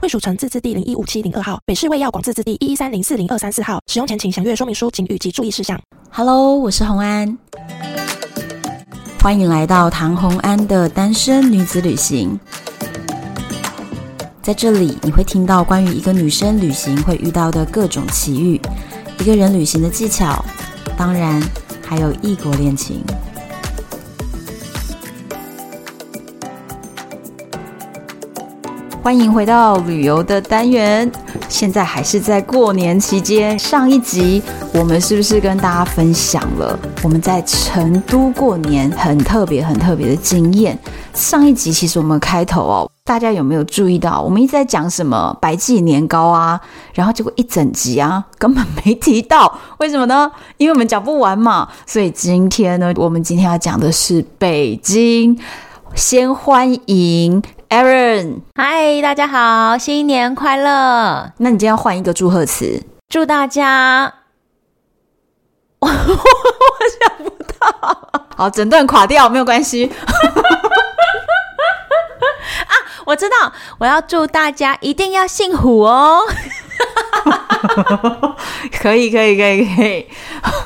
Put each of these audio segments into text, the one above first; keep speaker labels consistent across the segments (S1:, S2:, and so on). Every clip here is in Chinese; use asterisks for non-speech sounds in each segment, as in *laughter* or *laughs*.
S1: 惠蜀城自治地零一五七零二号，北市卫药广自治地一一三零四零二三四号。使用前请详阅说明书请及注意事项。
S2: Hello，我是红安，欢迎来到唐红安的单身女子旅行。在这里，你会听到关于一个女生旅行会遇到的各种奇遇，一个人旅行的技巧，当然还有异国恋情。欢迎回到旅游的单元，现在还是在过年期间。上一集我们是不是跟大家分享了我们在成都过年很特别、很特别的经验？上一集其实我们开头哦，大家有没有注意到？我们一直在讲什么白记年糕啊，然后结果一整集啊根本没提到，为什么呢？因为我们讲不完嘛。所以今天呢，我们今天要讲的是北京，先欢迎 Aaron。
S3: 嗨，大家好，新年快乐！
S2: 那你今天要换一个祝贺词，
S3: 祝大家
S2: 好，整段垮掉没有关系。 *laughs*
S3: 我知道，我要祝大家一定要姓虎哦。
S2: 可以，可以，可以，可以。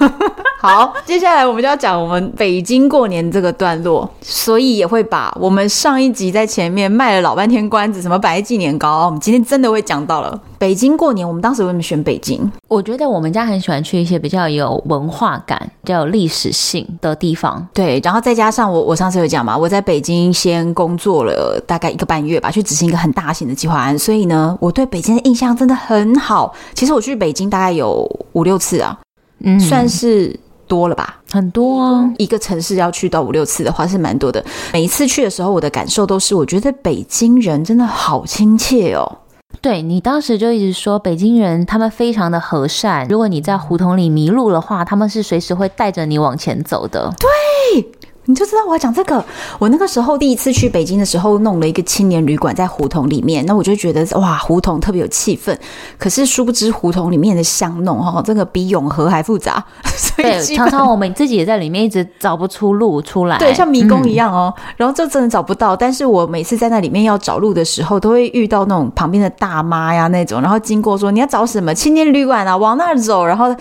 S2: *laughs* 好，接下来我们就要讲我们北京过年这个段落，所以也会把我们上一集在前面卖了老半天关子，什么白记年糕，我们今天真的会讲到了。北京过年，我们当时为什么选北京？
S3: 我觉得我们家很喜欢去一些比较有文化感、比较有历史性的地方。
S2: 对，然后再加上我，我上次有讲嘛，我在北京先工作了大概一个半月吧，去执行一个很大型的计划案，所以呢，我对北京的印象真的很好。其实我去北京大概有五六次啊，
S3: 嗯
S2: 算是多了吧。
S3: 很多哦。
S2: 一个城市要去到五六次的话是蛮多的。每一次去的时候，我的感受都是，我觉得北京人真的好亲切哦。
S3: 对你当时就一直说，北京人他们非常的和善。如果你在胡同里迷路的话，他们是随时会带着你往前走的。
S2: 你就知道我要讲这个。我那个时候第一次去北京的时候，弄了一个青年旅馆在胡同里面，那我就觉得哇，胡同特别有气氛。可是殊不知胡同里面的巷弄哈、哦，这个比永和还复杂，所以
S3: 对，
S2: 基
S3: 常
S2: 本
S3: 常我们自己也在里面一直找不出路出来，
S2: 对，像迷宫一
S3: 样。
S2: 样哦，然后就真的找不到。但是我每次在那里面要找路的时候，都会遇到那种旁边的大妈呀那种，然后经过说你要找什么青年旅馆啊，往那儿走，然后右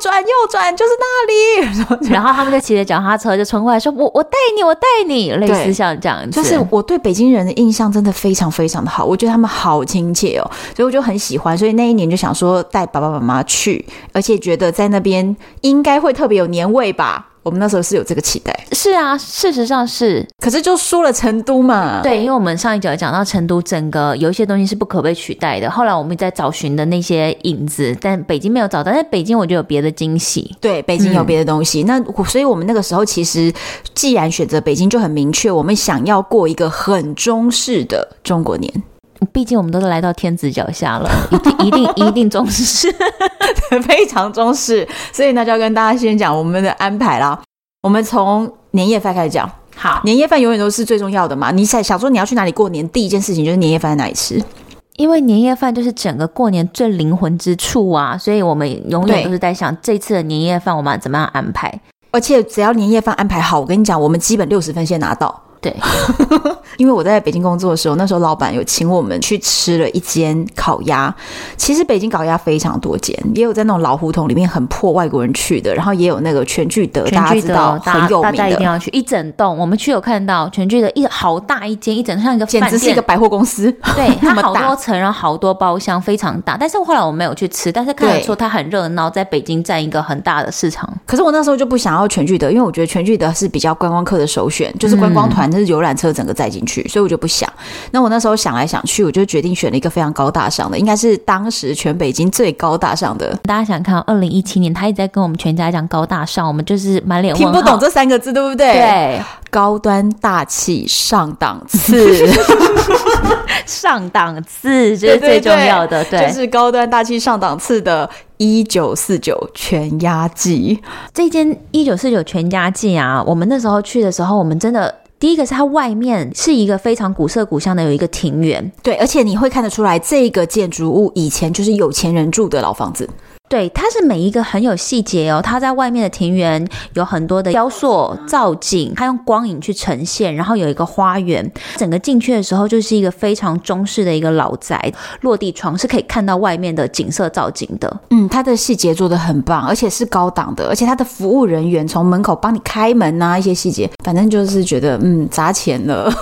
S2: 转右转就是那里，然后 *laughs* 就
S3: 然后他们就骑着脚踏车就冲过来说：“我我带你，我带你。”类
S2: 对
S3: 似像这样子，
S2: 就是我对北京人的印象真的非常非常的好，我觉得他们好亲切哦，所以我就很喜欢。所以那一年就想说带爸爸妈妈去，而且觉得在那边应该会特别有年味吧。我们那时候是有这个期待，
S3: 是啊，事实上是
S2: 可是就输了成都嘛。
S3: 对，因为我们上一集有讲到成都整个有一些东西是不可被取代的。后来我们在找寻的那些影子，但北京没有找到，但是北京我就有别的惊喜。
S2: 对，北京有别的东西。那我所以我们那个时候其实，既然选择北京，就很明确，我们想要过一个很中式的中国年。 *laughs*
S3: 毕竟我们都是来到天子脚下了，一定一定一定重视。 *laughs*
S2: 非常中式，所以呢，就要跟大家先讲我们的安排啦。我们从年夜饭开始讲，
S3: 好，
S2: 年夜饭永远都是最重要的嘛。你想想说你要去哪里过年，第一件事情就是年夜饭在哪里吃。
S3: 因为年夜饭就是整个过年最灵魂之处啊，所以我们永
S2: 对
S3: 远都是在想这次的年夜饭我们要怎么样安排。
S2: 而且只要年夜饭安排好，我跟你讲，我们基本六十分先拿到。
S3: 对，
S2: 因为我在北京工作的时候，那时候老板有请我们去吃了一间烤鸭。其实北京烤鸭非常多间，也有在那种老胡同里面很破外国人去的，然后也有那个全聚德，
S3: 全
S2: 呃大家
S3: 聚
S2: 知道
S3: 德，
S2: 很有
S3: 大
S2: 名
S3: 家一定
S2: 的，
S3: 要去一整栋。我们去有看到全聚德一好大一间，一整像一个
S2: 简
S3: 饭
S2: 直
S3: 店，
S2: 是一个百货公司。 *laughs*
S3: 对
S2: 那
S3: 它
S2: 么
S3: 好
S2: 大
S3: 多层，然后好多包厢，非常大。但是后来我没有去吃，但是看得出它很热闹，在北京占一个很大的市场。
S2: 可是我那时候就不想要全聚德，因为我觉得全聚德是比较观光客的首选，就是观光团是游览车整个载进去，所以我就不想。那我那时候想来想去，我就决定选了一个非常高大上的，应该是当时全北京最高大上的。
S3: 大家想看，二零一七年他一直在跟我们全家讲高大上，我们就是满脸
S2: 听不
S3: 问号
S2: 懂这三个字，对不对？，
S3: 对，
S2: 高端大气上档 *laughs* 次，
S3: 上档次这是最重要的，对，
S2: 就是高端大气上档次的。一九四九全压季，
S3: 这间一九四九全家记啊，我们那时候去的时候，我们真的第一个是它外面是一个非常古色古香的有一个庭园，
S2: 对，而且你会看得出来，这个建筑物以前就是有钱人住的老房子。
S3: 对，它是每一个很有细节哦。它在外面的庭园有很多的雕塑造景，它用光影去呈现，然后有一个花园。整个进去的时候就是一个非常中式的一个老宅，落地窗是可以看到外面的景色造景的。
S2: 嗯，它的细节做的很棒，而且是高档的，而且它的服务人员从门口帮你开门啊，一些细节，反正就是觉得嗯砸钱了，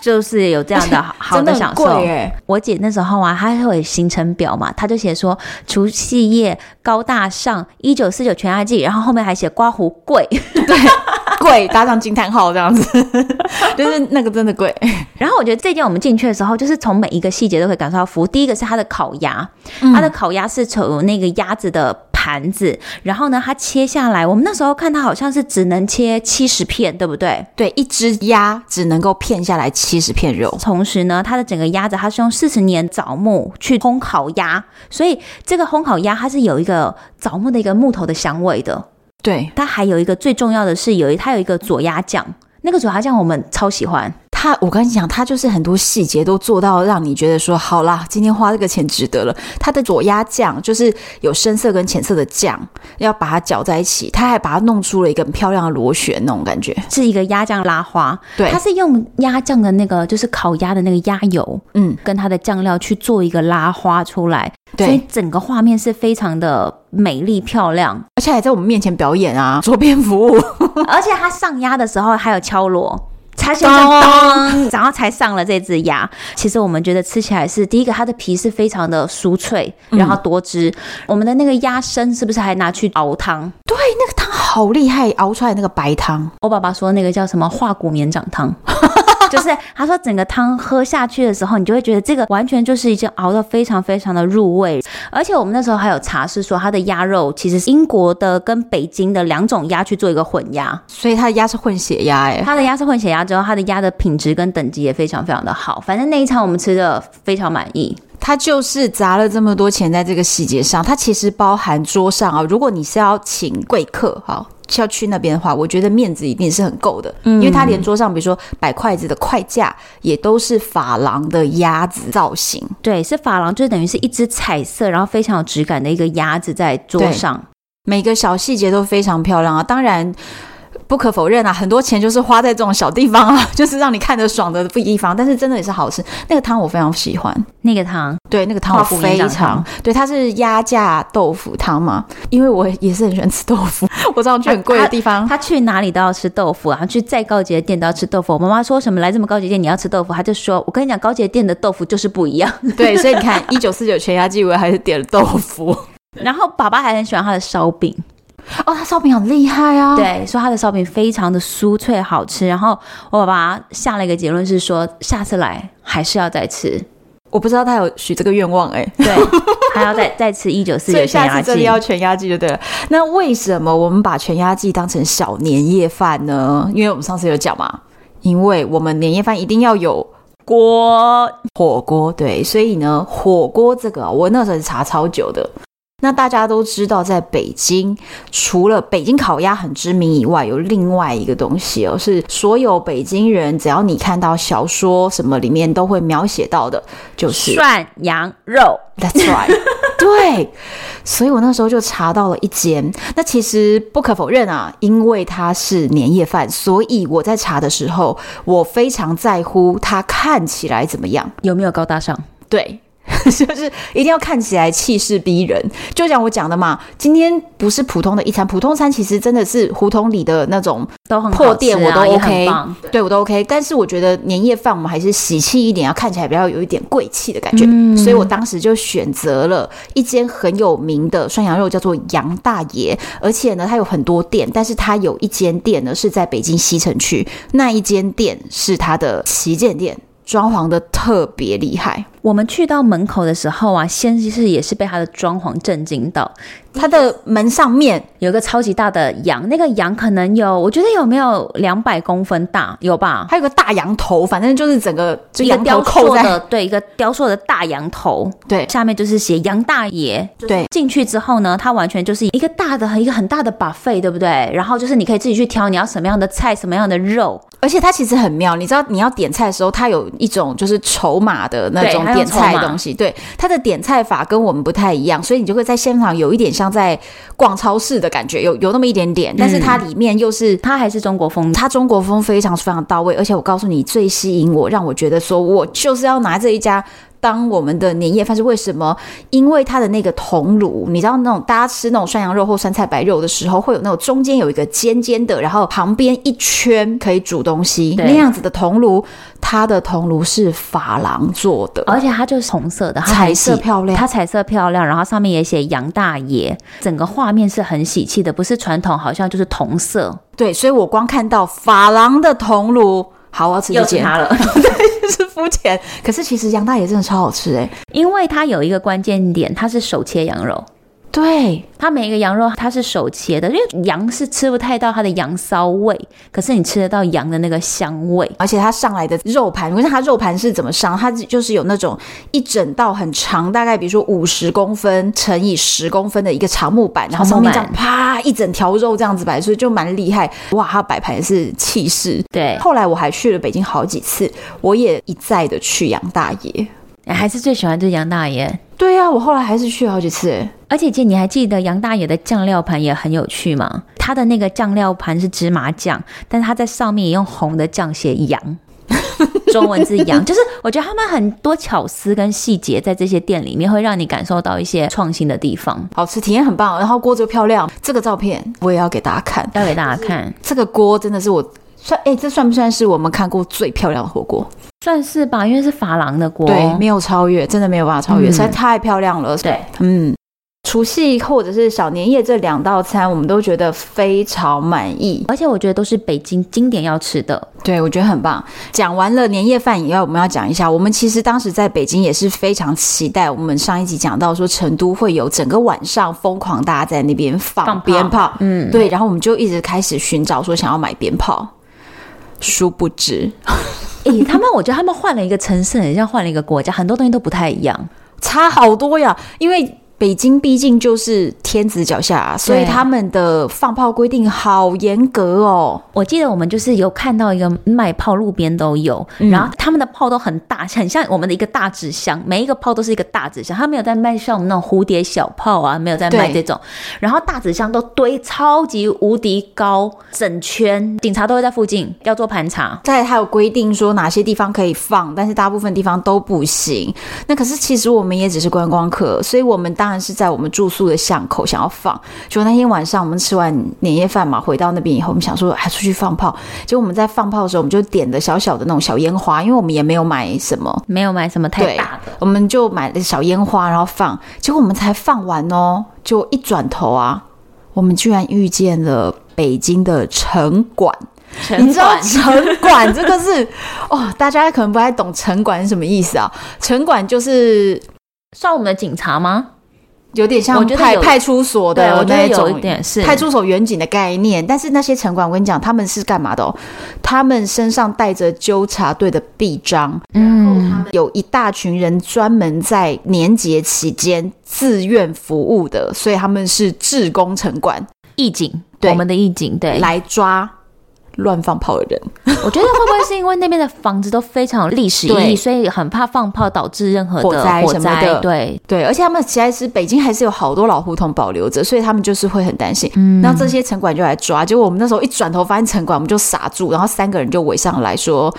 S3: 就是有这样
S2: *laughs*
S3: 的好好
S2: 真的
S3: 的
S2: 很
S3: 享
S2: 贵
S3: 受。
S2: 欸
S3: 我姐那时候啊，她会有行程表嘛，她就写说除夕夜高大上一九四九全家季，然后后面还写刮胡贵。 *laughs*
S2: 贵搭上惊叹号这样子， *laughs* 就是那个真的贵。
S3: 然后我觉得这间我们进去的时候，就是从每一个细节都可以感受到服务。第一个是它的烤鸭，
S2: 嗯
S3: 它的烤鸭是从那个鸭子的。盘子，然后呢，它切下来，我们那时候看它好像是只能切七十片，对不对？
S2: 对，一只鸭只能够片下来七十片肉，
S3: 同时呢，它的整个鸭子它是用四十年枣木去烘烤鸭，所以这个烘烤鸭它是有一个枣木的一个木头的香味的。
S2: 对
S3: 它还有一个最重要的是有一它有一个佐鸭酱，那个佐鸭酱我们超喜欢。
S2: 它，我跟你讲，它就是很多细节都做到让你觉得说，好啦，今天花这个钱值得了。它的佐鸭酱就是有深色跟浅色的酱，要把它搅在一起，它还把它弄出了一个很漂亮的螺旋那种感觉。
S3: 是一个鸭酱拉花，
S2: 对
S3: 它是用鸭酱的那个就是烤鸭的那个鸭油
S2: 嗯，
S3: 跟它的酱料去做一个拉花出来，所以
S2: 对，
S3: 整个画面是非常的美丽漂亮，
S2: 而且还在我们面前表演啊，桌边服务。 *laughs*
S3: 而且它上鸭的时候还有敲锣。才先生咚，然后才上了这只鸭。其实我们觉得吃起来是第一个，它的皮是非常的酥脆，然后多汁。我们的那个鸭身是不是还拿去熬汤？
S2: 对，那个汤好厉害，熬出来那个白汤。
S3: 我爸爸说那个叫什么化骨绵掌汤。 *laughs* 就是他说，整个汤喝下去的时候，你就会觉得这个完全就是已经熬得非常非常的入味。而且我们那时候还有查是说，它的鸭肉其实是英国的跟北京的两种鸭去做一个混鸭，
S2: 所以它的鸭是混血鸭、欸，
S3: 它的鸭是混血鸭之后，它的鸭的品质跟等级也非常非常的好。反正那一餐我们吃的非常满意。
S2: 它就是砸了这么多钱在这个细节上，它其实包含桌上啊。如果你是要请贵客，好是要去那边的话，我觉得面子一定是很够的，因为它连桌上比如说摆筷子的筷架也都是珐琅的鸭子造型。
S3: 对，是珐琅，就是等于是一只彩色，然后非常有质感的一个鸭子在桌
S2: 对
S3: 上。
S2: 每个小细节都非常漂亮啊！当然，不可否认啊，很多钱就是花在这种小地方啊， *laughs* 就是让你看着爽的地方，但是真的也是好吃。那个汤我非常喜欢，
S3: 那个汤，
S2: 对，那个汤我
S3: 泡芙营
S2: 非
S3: 养
S2: 常
S3: 汤
S2: 对，它是鸭架豆腐汤嘛，因为我也是很喜欢吃豆腐， *laughs* 我知道去很贵的地方。
S3: 他去哪里都要吃豆腐啊，他去再高级的店都要吃豆腐。我妈妈说什么来这么高级的店你要吃豆腐，他就说我跟你讲，高级的店的豆腐就是不一样。
S2: *laughs*
S3: *laughs*
S2: 对，所以你看，一九四九全鸭季，我还是点了豆腐。
S3: 然后爸爸还很喜欢他的烧饼，
S2: *laughs* 哦，它烧饼很厉害啊！，
S3: 对，说他的烧饼非常的酥脆好吃。然后我爸爸下了一个结论是说，下次来还是要再吃，
S2: 我不知道他有许这个愿望哎、 *laughs*
S3: 对，还要再再吃一九四
S2: 所
S3: 九
S2: 以
S3: 全
S2: 下
S3: 鸭
S2: 次真
S3: 季
S2: 的。要全鸭季就对了。那为什么我们把全鸭季当成小年夜饭呢？因为我们上次有讲嘛，因为我们年夜饭一定要有
S3: 锅
S2: 火锅，对，所以呢，火锅这个啊我那时候是查超久的。那大家都知道，在北京，除了北京烤鸭很知名以外，有另外一个东西哦，是所有北京人只要你看到小说什么里面都会描写到的，就是
S3: 涮羊肉，
S2: That's right 。 *laughs* 对，所以我那时候就查到了一间。那其实不可否认啊，因为它是年夜饭，所以我在查的时候，我非常在乎它看起来怎么样。
S3: 有没有高大上？
S2: 对。 *laughs* 就是一定要看起来气势逼人。就像我讲的嘛，今天不是普通的一餐，普通餐其实真的是胡同里的那种
S3: 都很好
S2: 破店
S3: 吃
S2: 我
S3: 啊
S2: 都
S3: 也
S2: OK，、
S3: 很棒
S2: 对我都 OK。但是我觉得年夜饭我们还是喜气一点，要看起来比较有一点贵气的感觉。
S3: 嗯
S2: 所以我当时就选择了一间很有名的涮羊肉，叫做杨大爷。而且呢，它有很多店，但是它有一间店呢是在北京西城区，那一间店是它的旗舰店，装潢的特别厉害。
S3: 我们去到门口的时候啊，先是也是被它的装潢震惊到，
S2: 它的门上面
S3: 有一个超级大的羊，那个羊可能有，我觉得有没有两百公分大，有吧？
S2: 还有个大羊头，反正就是整个就
S3: 一个
S2: 羊头
S3: 雕
S2: 扣
S3: 塑
S2: 在
S3: 的，对，一个雕塑的大羊头，
S2: 对
S3: 下面就是写杨大爷。
S2: 对
S3: 进去之后呢，它完全就是一个大的、一个很大的 buffet，对不对？然后就是你可以自己去挑你要什么样的菜、什么样的肉，
S2: 而且它其实很妙，你知道你要点菜的时候，它有一种就是筹码的那种
S3: 对它有
S2: 点菜
S3: 筹码
S2: 东西。对，它的点菜法跟我们不太一样，所以你就会在现场有一点像在逛超市的感觉，有有那么一点点，但是它
S3: 嗯
S2: 里面又是。
S3: 它还是中国风的。
S2: 它中国风非常非常到位，而且我告诉你，最吸引我，让我觉得说我就是要拿这一家当我们的年夜饭是为什么？因为它的那个铜炉，你知道那种大家吃那种涮羊肉或酸菜白肉的时候，会有那种中间有一个尖尖的，然后旁边一圈可以煮东西
S3: 对
S2: 那样子的铜炉，它的铜炉是珐琅做的，
S3: 而且它就是红色的，它
S2: 彩
S3: 很喜
S2: 色漂亮
S3: 它彩色漂亮，然后上面也写杨大爷，整个画面是很喜气的，不是传统，好像就是同色，
S2: 对，所以我光看到珐琅的铜炉，好，我要吃这间，
S3: 了。
S2: *laughs* 就是肤浅。可是其实杨大爷真的超好吃哎、
S3: 因为它有一个关键点，它是手切羊肉，
S2: 对。
S3: 它每一个羊肉它是手切的，因为羊是吃不太到它的羊骚味，可是你吃得到羊的那个香味。
S2: 而且它上来的肉盘，我看它肉盘是怎么上，它就是有那种一整道很长，大概比如说五十公分乘以十公分的一个长木板，然后上面这样
S3: 长木
S2: 啪一整条肉这样子摆，所以就蛮厉害。哇，它摆盘是气势。
S3: 对，
S2: 后来我还去了北京好几次，我也一再的去啊杨大爷。
S3: 哎还是最喜欢就是杨大爷。
S2: 对呀、啊，我后来还是去了好几次、欸。
S3: 而且姐，你还记得杨大爷的酱料盘也很有趣吗？他的那个酱料盘是芝麻酱，但是他在上面也用红的酱写“羊”， *laughs* 中文字“羊”， *laughs* 就是我觉得他们很多巧思跟细节在这些店里面，会让你感受到一些创新的地方，
S2: 好吃，体验很棒，然后锅子又漂亮，这个照片我也要给大家看。
S3: 要给大家看。
S2: 这个锅真的是我算哎、这算不算是我们看过最漂亮的火锅？
S3: 算是吧，因为是珐琅的锅，
S2: 对，没有超越，真的没有办法超越，
S3: 嗯
S2: 实在太漂亮了。
S3: 对，
S2: 嗯。除夕或者是小年夜这两道餐，我们都觉得非常满意。
S3: 而且我觉得都是北京经典要吃的，
S2: 对，我觉得很棒。讲完了年夜饭以外，我们要讲一下，我们其实当时在北京也是非常期待。我们上一集讲到说，成都会有整个晚上疯狂大家在那边放
S3: 放
S2: 鞭炮，
S3: 嗯，
S2: 对，然后我们就一直开始寻找说想要买鞭炮，殊不知
S3: 诶、
S2: *laughs*
S3: 他们我觉得他们换了一个城市，很像换了一个国家，很多东西都不太一样。
S2: 差好多呀，因为。北京毕竟就是天子脚下、所以
S3: 对
S2: 他们的放炮规定好严格哦。
S3: 我记得我们就是有看到一个卖炮，路边都有，
S2: 嗯
S3: 然后他们的炮都很大，很像我们的一个大纸箱，每一个炮都是一个大纸箱，他没有在卖像我们那种蝴蝶小炮啊，没有在卖
S2: 对
S3: 这种，然后大纸箱都堆超级无敌高，整圈，警察都会在附近要做盘查。
S2: 再来还有规定说哪些地方可以放，但是大部分地方都不行。那可是其实我们也只是观光客，所以我们当然是在我们住宿的巷口想要放。就那天晚上我们吃完年夜饭嘛，回到那边以后，我们想说还出去放炮。结果我们在放炮的时候，我们就点的小小的那种小烟花，因为我们也没有买什么，
S3: 没有买什么太
S2: 对
S3: 大的，，
S2: 我们就买了小烟花，然后放，结果我们才放完哦，就一转头啊，我们居然遇见了北京的城管。你知道城管 *laughs* 这个是哦，大家可能不太懂城管是什么意思啊？城管就是
S3: 算我们的警察吗？
S2: 有点像
S3: 我觉得
S2: 派
S3: 有
S2: 派出所
S3: 对，
S2: 的
S3: 我觉
S2: 那
S3: 得有
S2: 种
S3: 一点是
S2: 派出所远景的概念，但是那些城管，我跟你讲，他们是干嘛的哦？他们身上带着纠察队的臂章，嗯，有一大群人专门在年节期间自愿服务的，所以他们是志工城管
S3: 义警，
S2: 对
S3: 我们的义警，对，
S2: 来抓乱放炮的人。
S3: 我觉得会不会是因为那边的房子都非常有历史意
S2: 对
S3: 义，所以很怕放炮导致任何的
S2: 火灾什么的
S3: 对，
S2: 对，而且他们其实北京还是有好多老胡同保留着，所以他们就是会很担心。嗯，那这些城管就来抓，结果我们那时候一转头发现城管，我们就傻住，然后三个人就围上来说。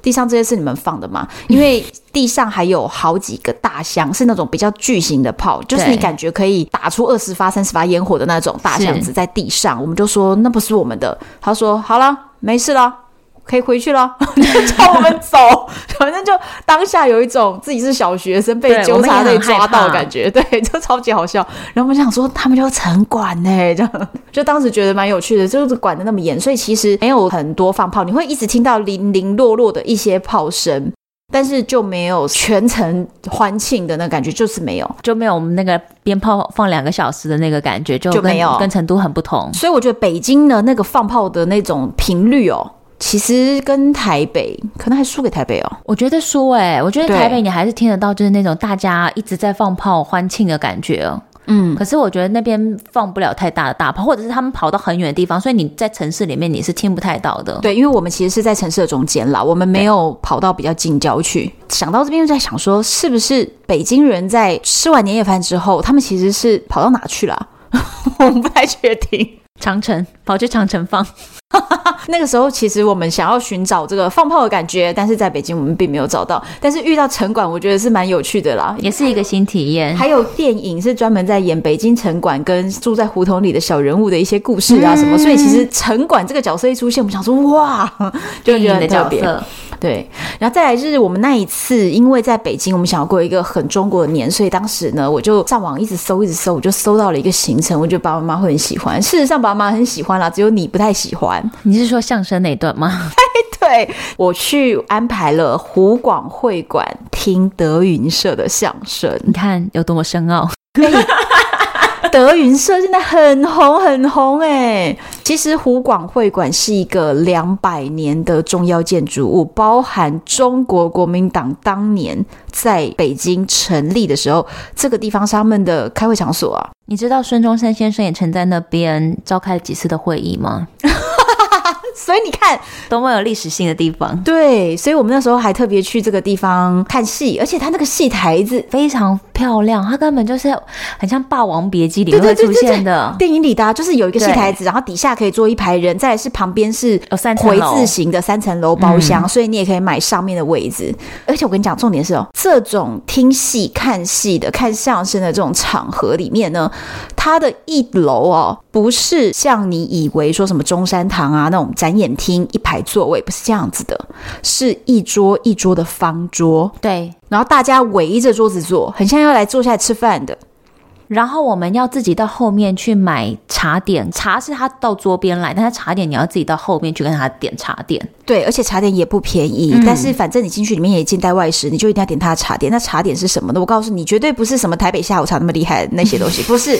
S2: 地上这些是你们放的吗？因为地上还有好几个大箱，是那种比较巨型的炮，就是你
S3: 对
S2: 感觉可以打出二十发、三十发烟火的那种大箱子在地上。我们就说那不是我们的，他说好了，没事了。可以回去了，就 *laughs* 叫我们走。 *laughs* 反正就当下有一种自己是小学生被
S3: 对
S2: 纠
S3: 我们也
S2: 察队
S3: 很害
S2: 抓到的
S3: 怕
S2: 感觉， *laughs* 对，就超级好笑。然后我想说，他们就城管呢、这样 *laughs* 就当时觉得蛮有趣的，就是管的那么严，所以其实没有很多放炮，你会一直听到零零落落的一些炮声，但是就没有全程欢庆的那感觉，就是没有。
S3: 就没有我们那个鞭炮放两个小时的那个感觉，就
S2: 就
S3: 跟
S2: 没有
S3: 跟成都很不同。
S2: 所以我觉得北京的那个放炮的那种频率哦，其实跟台北可能还输给台北哦。
S3: 我觉得说、欸，哎，我觉得
S2: 对
S3: 台北你还是听得到，就是那种大家一直在放炮欢庆的感觉哦。
S2: 嗯，
S3: 可是我觉得那边放不了太大的大炮，或者是他们跑到很远的地方，所以你在城市里面你是听不太到的。
S2: 对，因为我们其实是在城市的中间啦，我们没有跑到比较近郊区。想到这边就在想说，是不是北京人在吃完年夜饭之后，他们其实是跑到哪去了 *laughs* 啊？我们不太确定。
S3: 长城跑去长城放，
S2: 那个时候，其实我们想要寻找这个放炮的感觉，但是在北京我们并没有找到。但是遇到城管，我觉得是蛮有趣的啦。
S3: *laughs* 也是一个新体验。
S2: 还有电影是专门在演北京城管跟住在胡同里的小人物的一些故事啊什么，所以其实城管这个角色一出现，我们想说哇，就
S3: 嗯电
S2: 觉得
S3: 影
S2: 很
S3: 的
S2: 特
S3: 角
S2: 别。
S3: 色，
S2: 对，然后再来就是我们那一次，因为在北京，我们想要过一个很中国的年，所以当时呢，我就上网一直搜，一直搜，我就搜到了一个行程，我觉得爸爸妈妈会很喜欢。事实上，爸爸妈妈很喜欢啦，只有你不太喜欢。
S3: 你是说相声那一段 *laughs* 吗？
S2: 对我去安排了湖广会馆听德云社的相声，
S3: 你看有多么深奥。
S2: 德云社现在很红很红哎、其实湖广会馆是一个两百年的重要建筑物，包含中国国民党当年在北京成立的时候，这个地方是他们的开会场所啊。
S3: 你知道孙中山先生也曾在那边召开了几次的会议吗？
S2: 所以你看，
S3: 多么有历史性的地方，
S2: 对，所以我们那时候还特别去这个地方看戏，而且它那个戏台子，
S3: 非常漂亮，它根本就是很像《霸王别姬》里
S2: 对
S3: 面
S2: 对
S3: 会
S2: 对对
S3: 出现的。
S2: 电影里的、啊、就是有一个戏
S3: 对
S2: 台子，然后底下可以坐一排人，再来是旁边是
S3: 有哦三层
S2: 回
S3: 楼嗯
S2: 字形的三层楼包厢，所以你也可以买上面的位置。而且我跟你讲，重点是哦，这种听戏、看戏的、看相声的这种场合里面呢，它的一楼哦，不是像你以为说什么中山堂啊那种展演厅一排座位，不是这样子的，是一桌一桌的方桌，
S3: 对，
S2: 然后大家围着桌子坐，很像要来坐下来吃饭的。
S3: 然后我们要自己到后面去买茶点，茶是他到桌边来，但他茶点你要自己到后面去跟他点茶点。
S2: 对，而且茶点也不便宜，
S3: 嗯
S2: 但是反正你进去里面也近代外食，你就一定要点它的茶点。那茶点是什么呢？我告诉你，绝对不是什么台北下午茶那么厉害的那些东
S3: *laughs*
S2: 西，不是。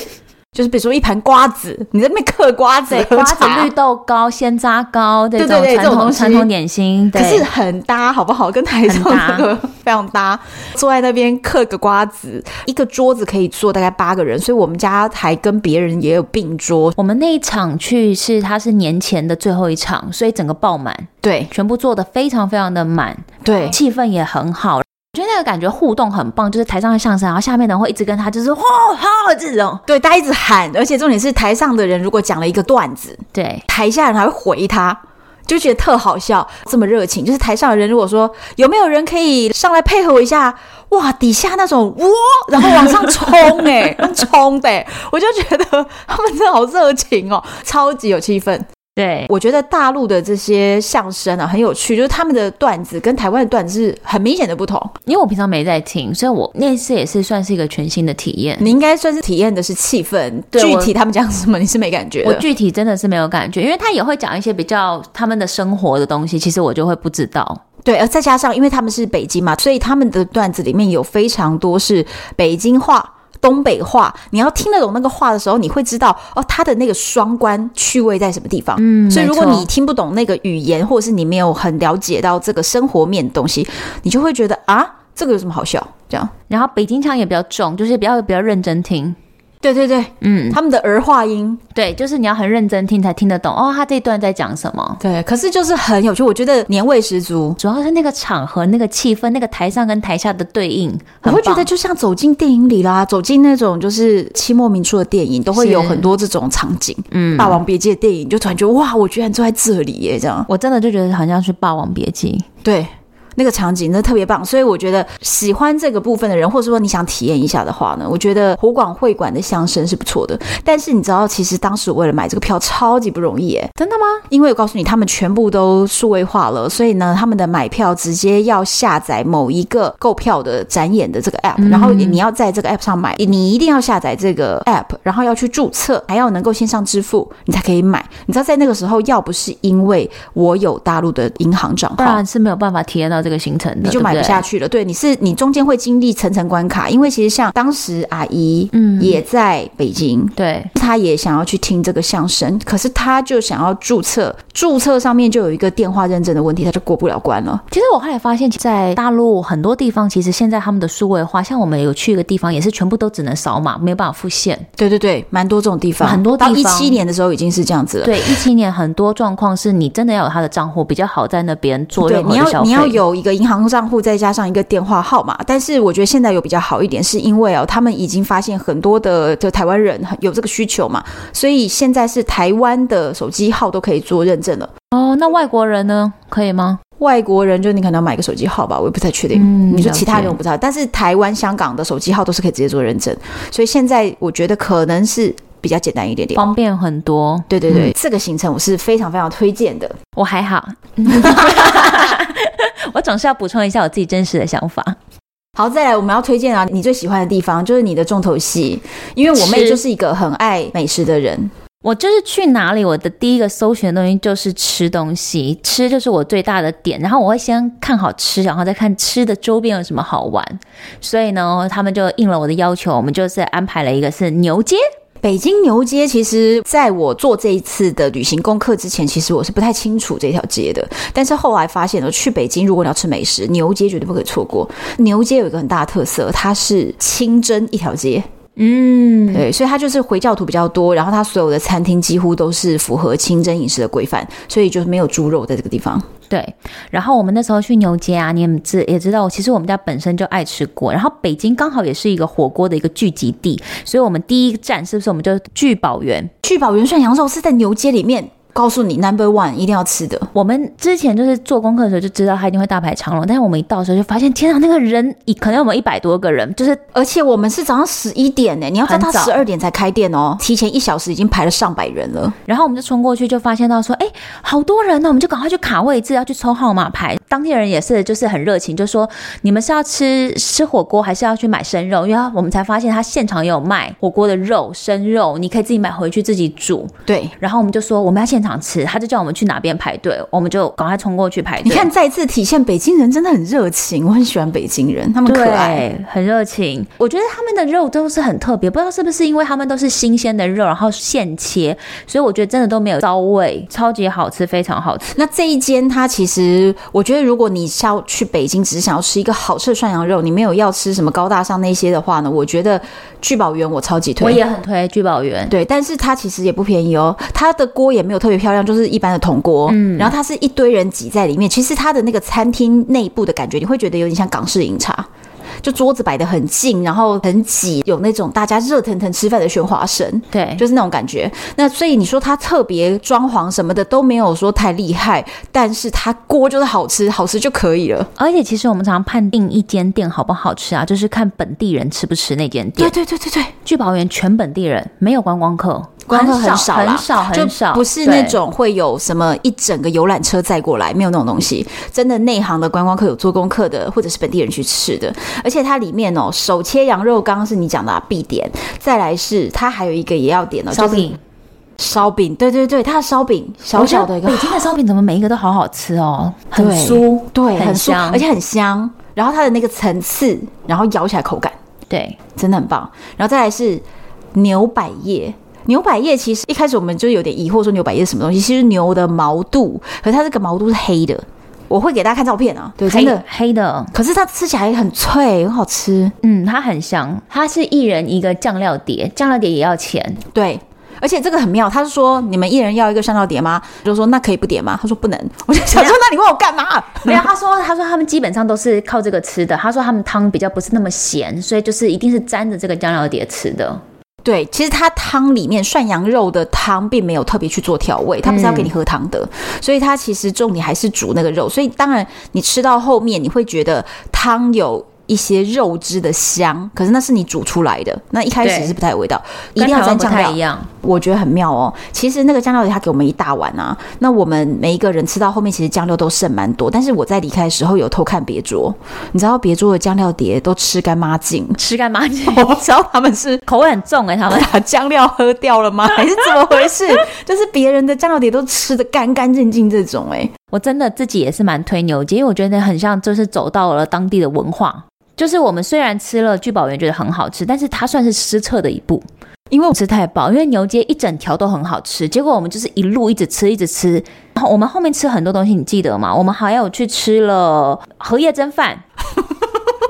S2: 就是比如说一盘瓜子，你在那边嗑瓜子
S3: 对，
S2: 喝
S3: 瓜子、
S2: 茶
S3: 绿豆糕、鲜榨糕这
S2: 对
S3: 种
S2: 对对
S3: 传
S2: 这种东
S3: 统
S2: 西
S3: 传统点心，
S2: 可
S3: 对，
S2: 是很搭，好不好？跟台中
S3: 很搭
S2: 那个非常搭。坐在那边嗑个瓜子，一个桌子可以坐大概八个人，所以我们家还跟别人也有并桌。
S3: 我们那一场去是它是年前的最后一场，所以整个爆满，
S2: 对
S3: 全部做的非常非常的满，
S2: 对，
S3: 气氛也很好。我觉得那个感觉互动很棒，就是台上的相声，然后下面的人会一直跟他就是哇好这种，
S2: 对，大家一直喊，而且重点是台上的人如果讲了一个段子，
S3: 对，
S2: 台下人还会回他，就觉得特好笑，这么热情。就是台上的人如果说有没有人可以上来配合我一下，哇，底下那种哇，然后往上冲、
S3: *laughs*
S2: 欸，哎，冲的、欸，我就觉得 *laughs* 他们真的好热情哦，超级有气氛。
S3: 对，
S2: 我觉得大陆的这些相声啊很有趣，就是他们的段子跟台湾的段子是很明显的不同。
S3: 因为我平常没在听，所以我那次也是算是一个全新的体验。
S2: 你应该算是体验的是气氛，
S3: 对
S2: 具
S3: 我
S2: 体他们讲什么你是没感觉
S3: 我
S2: 的。
S3: 具体真的是没有感觉，因为他也会讲一些比较他们的生活的东西，其实我就会不知道。
S2: 对，而再加上因为他们是北京嘛，所以他们的段子里面有非常多是北京话。东北话，你要听得懂那个话的时候，你会知道哦，它的那个双关趣味在什么地方。
S3: 嗯
S2: 所以如果
S3: 没错
S2: 你听不懂那个语言，或者是你没有很了解到这个生活面的东西，你就会觉得啊，这个有什么好笑？这样，
S3: 然后北京腔也比较重，就是比较比较认真听。
S2: 对对对，
S3: 嗯，
S2: 他们的儿化音
S3: 对，就是你要很认真听才听得懂哦，他这一段在讲什么。
S2: 对，可是就是很有趣，我觉得年味十足。
S3: 主要是那个场合、那个气氛、那个台上跟台下的对应，
S2: 我
S3: 很
S2: 会觉
S3: 棒
S2: 得就像走进电影里啦，走进那种就是清末民初的电影，都会有
S3: 是
S2: 很多这种场景。《
S3: 嗯
S2: 霸王别姬》的电影，就突然觉得哇，我居然坐在这里耶，这样。
S3: 我真的就觉得好像是《霸王别姬》。
S2: 对，那个场景真的特别棒。所以我觉得喜欢这个部分的人，或者说你想体验一下的话呢，我觉得湖广会馆的相声是不错的。但是你知道，其实当时我为了买这个票超级不容易耶，
S3: 真的吗？
S2: 因为我告诉你，他们全部都数位化了，所以呢，他们的买票直接要下载某一个购票的展演的这个 app，、然
S3: 嗯
S2: 后你要在这个 app 上买，你一定要下载这个 app，然后要去注册，还要能够线上支付，你才可以买。你知道，在那个时候，要不是因为我有大陆的银行账
S3: 不
S2: 号
S3: 然。是没有办法体验到这个行程的，
S2: 你就买不
S3: 对对
S2: 下去了，对你是你中间会经历层层关卡，因为其实像当时阿姨，嗯，也在北京，
S3: 对，
S2: 他也想要去听这个相声，可是他就想要注册，注册上面就有一个电话认证的问题，他就过不了关了。
S3: 其实我后来发现，在大陆很多地方，其实现在他们的数位化，像我们有去一个地方，也是全部都只能扫码，没有办法付现。
S2: 对对对，蛮多这种地方，
S3: 很多地
S2: 到
S3: 方
S2: 一七年的时候已经是这样子了。
S3: 对，一七年很多状况是你真的要有他的账户，比较好在那边做
S2: 对，
S3: 任何
S2: 你
S3: 的
S2: 要
S3: 消费。
S2: 你要有一个银行账户，再加上一个电话号码。但是我觉得现在有比较好一点，是因为哦，他们已经发现很多的就台湾人有这个需求嘛，所以现在是台湾的手机号都可以做认证了。
S3: 哦，那外国人呢？可以吗？
S2: 外国人就你可能要买个手机号吧，我也不太确定。
S3: 嗯
S2: 你说其他
S3: 了
S2: 人
S3: 解
S2: 我不知道，但是台湾、香港的手机号都是可以直接做认证，所以现在我觉得可能是比较简单一点点。
S3: 方便很多。
S2: 对对对，
S3: 嗯
S2: 这个行程我是非常非常推荐的。
S3: 我还好。我总是要补充一下我自己真实的想法。
S2: 好，再来我们要推荐啊，你最喜欢的地方就是你的重头戏，因为我妹
S3: 吃
S2: 就是一个很爱美食的人。
S3: 我就是去哪里，我的第一个搜寻的东西就是吃东西，吃就是我最大的点。然后我会先看好吃，然后再看吃的周边有什么好玩。所以呢，他们就应了我的要求，我们就是安排了一个是牛街，
S2: 北京牛街，其实在我做这一次的旅行功课之前，其实我是不太清楚这条街的。但是后来发现了，去北京如果你要吃美食，牛街绝对不可以错过。牛街有一个很大的特色，它是清真一条街，
S3: 嗯，
S2: 对，所以它就是回教徒比较多，然后它所有的餐厅几乎都是符合清真饮食的规范，所以就是没有猪肉在这个地方。
S3: 对，然后我们那时候去牛街啊，你们知也知道，其实我们家本身就爱吃锅，然后北京刚好也是一个火锅的一个聚集地，所以我们第一站是不是我们就聚宝园？
S2: 聚宝元涮羊肉是在牛街里面，告诉你 number one 一定要吃的。
S3: 我们之前就是做功课的时候就知道它一定会大排长龙，但是我们一到的时候就发现，天啊，那个人一可能我们一百多个人，就是
S2: 而且我们是早上十一点呢、你要知道它
S3: 很早
S2: 十二点才开店哦，提前一小时已经排了上百人了。
S3: 然后我们就冲过去，就发现到说，哎，好多人呢，我们就赶快去卡位置，要去抽号码牌。当地人也是，就是很热情，就说你们是要吃吃火锅，还是要去买生肉？因为我们才发现他现场也有卖火锅的肉、生肉，你可以自己买回去自己煮。
S2: 对，
S3: 然后我们就说我们要现场吃，他就叫我们去哪边排队，我们就赶快冲过去排
S2: 你
S3: 队。
S2: 看，再一次体现北京人真的很热情，我很喜欢北京人，他们可爱。
S3: 对，很热情。我觉得他们的肉都是很特别，不知道是不是因为他们都是新鲜的肉，然后现切，所以我觉得真的都没有骚味，超级好吃，非常好吃。
S2: 那这一间，它其实我觉得，如果你是要去北京，只是想要吃一个好吃的涮羊肉，你没有要吃什么高大上那些的话呢，我觉得聚宝园我超级推。
S3: 我也很推聚宝园，
S2: 对，但是它其实也不便宜哦，它的锅也没有特别漂亮，就是一般的铜锅。嗯，然后它是一堆人挤在里面，其实它的那个餐厅内部的感觉，你会觉得有点像港式饮茶，就桌子摆得很近，然后很挤，有那种大家热腾腾吃饭的喧哗声。
S3: 对，
S2: 就是那种感觉。那所以你说它特别装潢什么的都没有说太厉害，但是它锅就是好吃，好吃就可以了。
S3: 而且其实我们常常判定一间店好不好吃啊，就是看本地人吃不吃那间店。
S2: 对对对对，
S3: 聚宝园全本地人，没有观光客，
S2: 观光客
S3: 很
S2: 少啦
S3: 很少，
S2: 就
S3: 很少，
S2: 不是那
S3: 对。
S2: 种会有什么一整个游览车载过来，没有那种东西。真的内行的观光客有做功课的，或者是本地人去吃的。而且它里面哦，手切羊肉刚刚是你讲的、啊、必点，再来是它还有一个也要点哦，
S3: 烧
S2: 就是
S3: 饼，
S2: 烧饼，对对对，它的烧饼小
S3: 我觉
S2: 小
S3: 得
S2: 的一个
S3: 北京的烧饼怎么每一个都好好吃哦，很
S2: 对
S3: 酥，
S2: 对，很酥
S3: 香，
S2: 而且很香。然后它的那个层次，然后咬起来口感
S3: 对，
S2: 真的很棒。然后再来是牛百叶。牛百叶其实一开始我们就有点疑惑，说牛百叶是什么东西？其实牛的毛肚，可是它这个毛肚是黑的，我会给大家看照片啊。对，真的
S3: 黑。黑的，
S2: 可是它吃起来很脆，很好吃。
S3: 嗯，它很香，它是一人一个酱料碟，酱料碟也要 *laughs* 钱，
S2: 对，而且这个很妙，他是说你们一人要一个香料碟吗？我就说那可以不点吗？他说不能。我就想说，那你问我干嘛？
S3: 没有，他说他说他们基本上都是靠这个吃的，他说他们汤比较不是那么咸，所以就是一定是沾着这个酱料碟吃的。
S2: 对，其实它汤里面涮羊肉的汤并没有特别去做调味，它不是
S3: 嗯
S2: 要给你喝汤的，所以它其实重点还是煮那个肉。所以当然你吃到后面，你会觉得汤有。一些肉汁的香，可是那是你煮出来的，那一开始
S3: 对
S2: 是不太有味道，一
S3: 跟
S2: 定要
S3: 台湾
S2: 沾
S3: 不
S2: 酱
S3: 太
S2: 料
S3: 一。样。
S2: 我觉得很妙哦。其实那个酱料他给我们一大碗啊，那我们每一个人吃到后面，其实酱料都剩蛮多。但是我在离开的时候有偷看别桌，你知道别桌的酱料碟都吃干抹净， *laughs*
S3: 吃干嘛去？
S2: 我不知道他们是
S3: *laughs* 口味很重哎、他们
S2: 把酱料喝掉了吗， *laughs* 还是怎么回事？就是别人的酱料碟都吃的干干净净这种、哎，
S3: 我真的自己也是蛮推牛街，因为我觉得很像就是走到了当地的文化。就是我们虽然吃了聚宝园觉得很好吃，但是它算是失策的一步，因为我们吃太饱，因为牛街一整条都很好吃，结果我们就是一路一直吃一直吃，然后我们后面吃很多东西，你记得吗？我们还有去吃了荷叶蒸饭，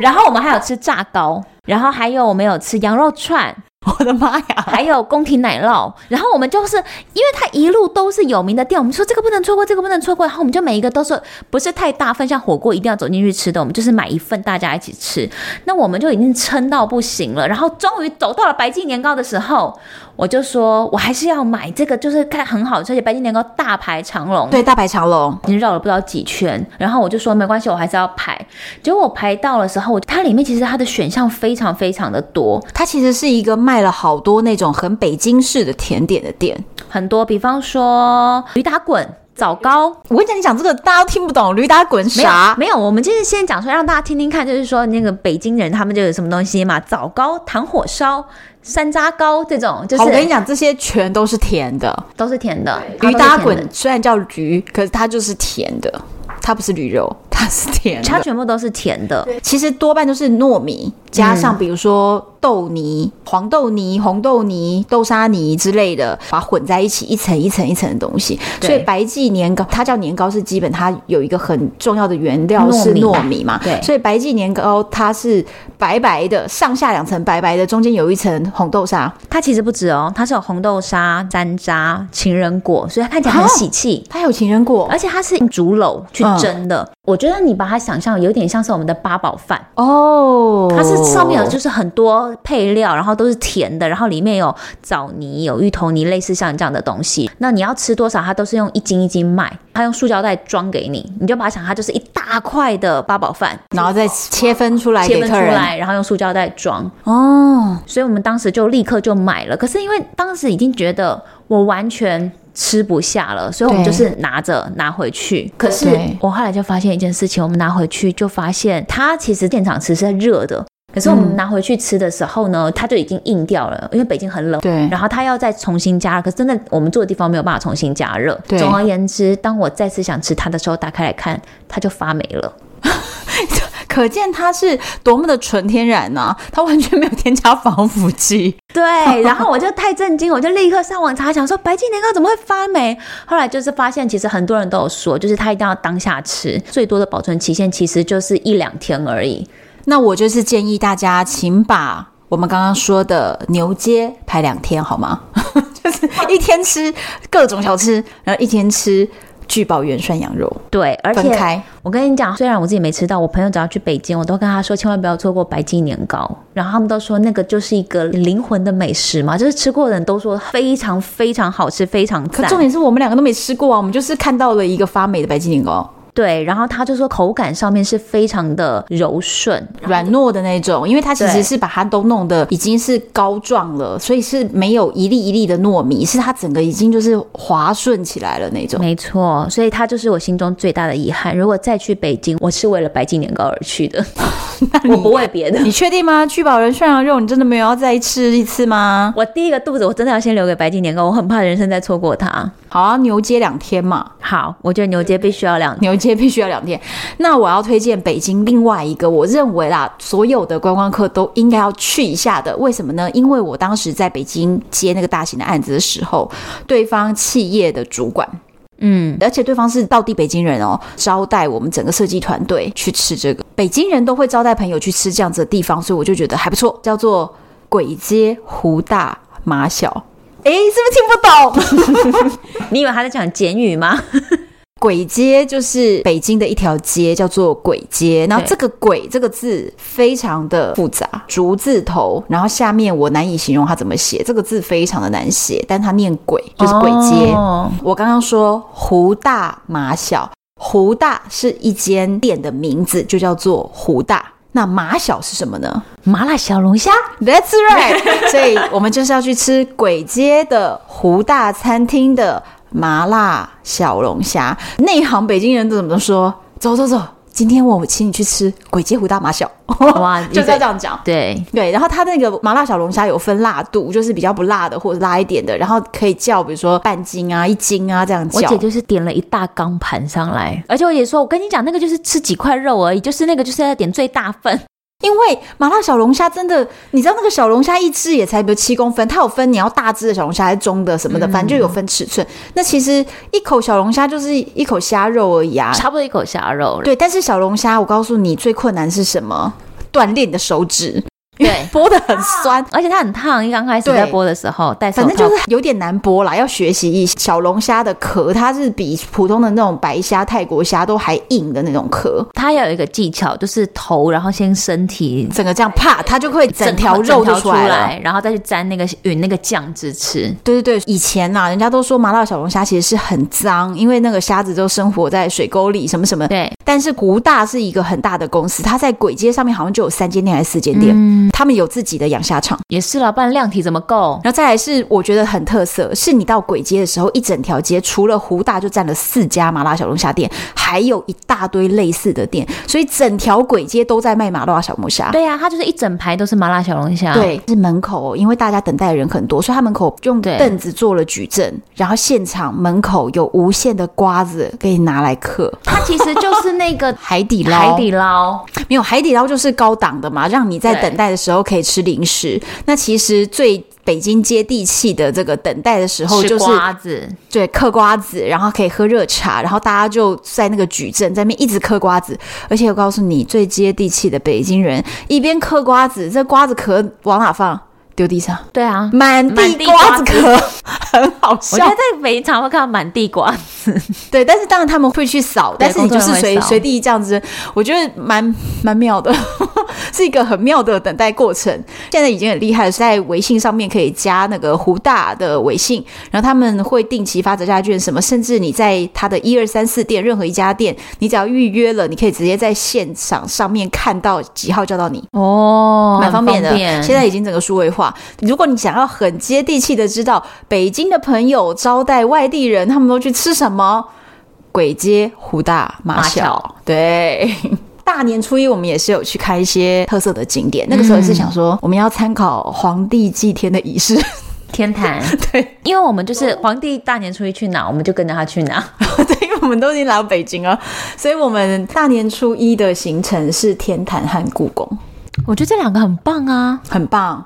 S3: 然后我们还有吃炸糕，然后还有我们有吃羊肉串，
S2: 我的妈呀！
S3: 还有宫廷奶酪，然后我们就是因为它一路都是有名的店，我们说这个不能错过，这个不能错过，然后我们就每一个都是不是太大份，像火锅一定要走进去吃的，我们就是买一份大家一起吃。那我们就已经撑到不行了，然后终于走到了白记年糕的时候，我就说我还是要买这个，就是看很好吃，而且白记年糕大排长龙，
S2: 对，大排长龙，
S3: 已经绕了不知道几圈，然后我就说没关系，我还是要排。结果我排到的时候，它里面其实它的选项非常非常的多，
S2: 它其实是一个卖了好多那种很北京式的甜点的店。
S3: 很多，比方说驴打滚、枣糕，
S2: 我跟你讲，你讲这个大家都听不懂，驴打滚
S3: 没有
S2: 啥？
S3: 没有，我们就是先讲出来让大家听听看，就是说那个北京人他们就有什么东西嘛，枣糕、糖火烧、山楂糕这种，就
S2: 好，我跟你
S3: 是
S2: 讲，这些全都是甜的。
S3: 都是甜的，
S2: 驴打
S3: 它都是甜
S2: 滚
S3: 的。
S2: 虽然叫驴，可是它就是甜的，它不是驴肉，它是甜
S3: 它
S2: 的。
S3: 全部都是甜的，
S2: 其实多半都是糯米加上
S3: 嗯
S2: 比如说豆泥、黄豆泥、红豆泥、豆沙泥之类的，把它混在一起一层一层一层的东西。
S3: 对
S2: 所以白记年糕，它叫年糕是基本它有一个很重要的原料是
S3: 糯米
S2: 糯米嘛，
S3: 对
S2: 所以白记年糕它是白白的，上下两层白白的，中间有一层红豆沙，
S3: 它其实不止哦，它是有红豆沙、山楂、情人果，所以它看起来很
S2: 哦
S3: 喜气。
S2: 它有情人果
S3: 而且它是用竹篓去
S2: 嗯
S3: 蒸的，我觉得你把它想象有点像是我们的八宝饭，
S2: 哦，
S3: 它是上面有就是很多配料，然后都是甜的，然后里面有枣泥、有芋头泥，类似像这样的东西。那你要吃多少，它都是用一斤一斤卖，它用塑胶袋装给你，你就把它想它就是一大块的八宝饭，
S2: 然后再切分出来
S3: 切
S2: 给
S3: 分出
S2: 客人
S3: 来，然后用塑胶袋装。
S2: 哦。
S3: 所以我们当时就立刻就买了。可是因为当时已经觉得我完全吃不下了，所以我们
S2: 对
S3: 就是拿着拿回去。可是
S2: 对
S3: 我后来就发现一件事情，我们拿回去就发现它其实现场吃是热的。可是我们
S2: 嗯
S3: 拿回去吃的时候呢，它就已经硬掉了，因为北京很冷。
S2: 对
S3: 然后它要再重新加热，可是真的我们住的地方没有办法重新加热。
S2: 对
S3: 总而言之，当我再次想吃它的时候，打开来看，它就发霉了。
S2: 可见它是多么的纯天然呐、它完全没有添加防腐剂。 *laughs*
S3: *laughs* 对，然后我就太震惊，我就立刻上网查，想说白金年糕怎么会发霉？后来就是发现，其实很多人都有说，就是它一定要当下吃，最多的保存期限其实就是一两天而已。
S2: 那我就是建议大家，请把我们刚刚说的牛街排两天好吗？ *laughs* 就是一天吃各种小吃，然后一天吃聚宝源涮羊肉，
S3: 对，而
S2: 分
S3: 且
S2: 开。
S3: 我跟你讲，虽然我自己没吃到，我朋友只要去北京，我都跟他说千万不要错过白金年糕。然后他们都说那个就是一个灵魂的美食嘛，就是吃过的人都说非常非常好吃，非常
S2: 可
S3: 赞。
S2: 重点是我们两个都没吃过啊，我们就是看到了一个发霉的白吉年糕，
S3: 对，然后他就说口感上面是非常的柔顺，
S2: 软糯的那种，因为它其
S3: 对
S2: 实是把它都弄得已经是膏状了，所以是没有一粒一粒的糯米，是它整个已经就是滑顺起来了那种。
S3: 没错，所以它就是我心中最大的遗憾。如果再去北京，我是为了白金年糕而
S2: *laughs*
S3: 去的，我不为别的。
S2: 你确定吗？聚宝人涮羊肉，你真的没有要再吃一次吗？
S3: 我第一个肚子，我真的要先留给白金年糕，我很怕人生再错过它。
S2: 好啊，牛街两天嘛，
S3: 好，我觉得牛街必须要两
S2: 牛街必须要两天。那我要推荐北京另外一个，我认为啦，所有的观光客都应该要去一下的。为什么呢？因为我当时在北京接那个大型的案子的时候，对方企业的主管。
S3: 嗯，
S2: 而且对方是道地北京人哦，招待我们整个设计团队去吃这个。北京人都会招待朋友去吃这样子的地方，所以我就觉得还不错，叫做鬼街胡大马小。诶，是不是听不懂？ *laughs*
S3: 你以为他在讲简语吗？
S2: 簋街就是北京的一条街，叫做簋街。然后这个“簋”这个字非常的复杂，竹字头，然后下面我难以形容它怎么写，这个字非常的难写，但它念“簋”， *laughs* 就是簋街。
S3: 哦
S2: 我刚刚说胡大马小，胡大是一间店的名字，就叫做胡大。那马小是什么呢
S3: 麻辣小龙虾，
S2: ？That's right，所以 *laughs* 我们就是要去吃鬼街的胡大餐厅的麻辣小龙虾。内行北京人怎么说？走走走，今天我请你去吃鬼街胡大马小，
S3: *laughs* 哇
S2: 哦 *laughs* 就是要这样讲。
S3: 对，
S2: 对，然后它那个麻辣小龙虾有分辣度，就是比较不辣的或者辣一点的，然后可以叫，比如说半斤啊、一斤啊这样叫。
S3: 我姐就是点了一大缸盘上来，而且我姐说，我跟你讲，那个就是吃几块肉而已，就是那个就是要点最大份，
S2: 因为麻辣小龙虾真的，你知道那个小龙虾一只也才比如七公分，它有分你要大只的小龙虾还是中的什么的，
S3: 嗯
S2: 反正就有分尺寸。那其实一口小龙虾就是一口虾肉而已啊。
S3: 差不多一口虾肉了。
S2: 对，但是小龙虾，我告诉你最困难是什么？锻炼你的手指，
S3: 对，
S2: *laughs* 剥的很
S3: *laughs*
S2: 酸。
S3: 而且它很烫，一刚开始
S2: 对
S3: 在剥的时候戴手
S2: 反
S3: 套，
S2: 正就是有点难剥啦，要学习一下。小龙虾的壳，它是比普通的那种白虾、泰国虾都还硬的那种壳，
S3: 它要有一个技巧，就是头，然后先身体
S2: 整个这样啪，它就会整条肉
S3: 整
S2: 就
S3: 条
S2: 出
S3: 出
S2: 来了。
S3: 来，然后再去沾那个匀那个酱汁吃。
S2: 对对对，以前呐、人家都说麻辣小龙虾其实是很脏，因为那个虾子都生活在水沟里，什么什么。
S3: 对，
S2: 但是胡大是一个很大的公司，它在簋街上面好像就有三间店还是四间店，他们有自己的养虾场。
S3: 也是啦，不然量体怎么 *laughs* 够？
S2: 然后再来是我觉得很特色，是你到簋街的时候，一整条街除了胡大就占了四家麻辣小龙虾店，还有一大堆类似的店，所以整条簋街都在卖麻辣小龙虾。
S3: 对呀、它就是一整排都是麻辣小龙虾。，
S2: 对，是门口，因为大家等待的人很多，所以他门口用
S3: 对
S2: 凳子做了矩阵，然后现场门口有无限的瓜子可以拿来嗑。
S3: 它其实就是那个
S2: 海底捞，
S3: 海底捞，
S2: 没有海底捞就是高档的嘛，让你在
S3: 对
S2: 等待的时候可以吃零食。那其实最北京接地气的这个等待的时候，
S3: 吃
S2: 就是
S3: 瓜子，
S2: 对嗑瓜子，然后可以喝热茶，然后大家就在那个矩阵在那边一直嗑瓜子。而且我告诉你，最接地气的北京人一边嗑瓜子，这瓜子壳往哪放？丢地上。
S3: 对啊。
S2: 满
S3: 满
S2: 地
S3: 地
S2: 瓜
S3: 瓜
S2: 子
S3: 子
S2: 壳，很好
S3: 我觉
S2: 笑。
S3: 得在北常会看到满地瓜，
S2: 对，但是当然他们会去扫，但是你就是
S3: 工作人
S2: 随
S3: 员会扫
S2: 随地这样子，我觉得蛮蛮妙的， *laughs* 是一个很妙的等待过程。现在已经很厉害了，在微信上面可以加那个胡大的微信，然后他们会定期发折价券什么，甚至你在他的一二三四店任何一家店，你只要预约了，你可以直接在现场上面看到几号叫到你。
S3: 哦
S2: 蛮方便的。现
S3: 现在
S2: 在已经整个数位化，如果你想要很接地气的知道北京的朋友招待外地人，他们都去吃什么，鬼街、胡大、马
S3: 马
S2: 小，
S3: 小
S2: 对。 *laughs* 大年初一，我们也是有去看一些特色的景点。那个时
S3: 嗯
S2: 候是想说，我们要参考皇帝祭天的仪式， *laughs*
S3: 天 *laughs* 坛，
S2: 对，
S3: 因为我们就是皇帝大年初一去哪，我们就跟着他去哪。
S2: 对，因为我们都已经来到北京了，所以我们大年初一的行程是天坛和故宫，
S3: 我觉得这两个很棒啊，
S2: 很棒。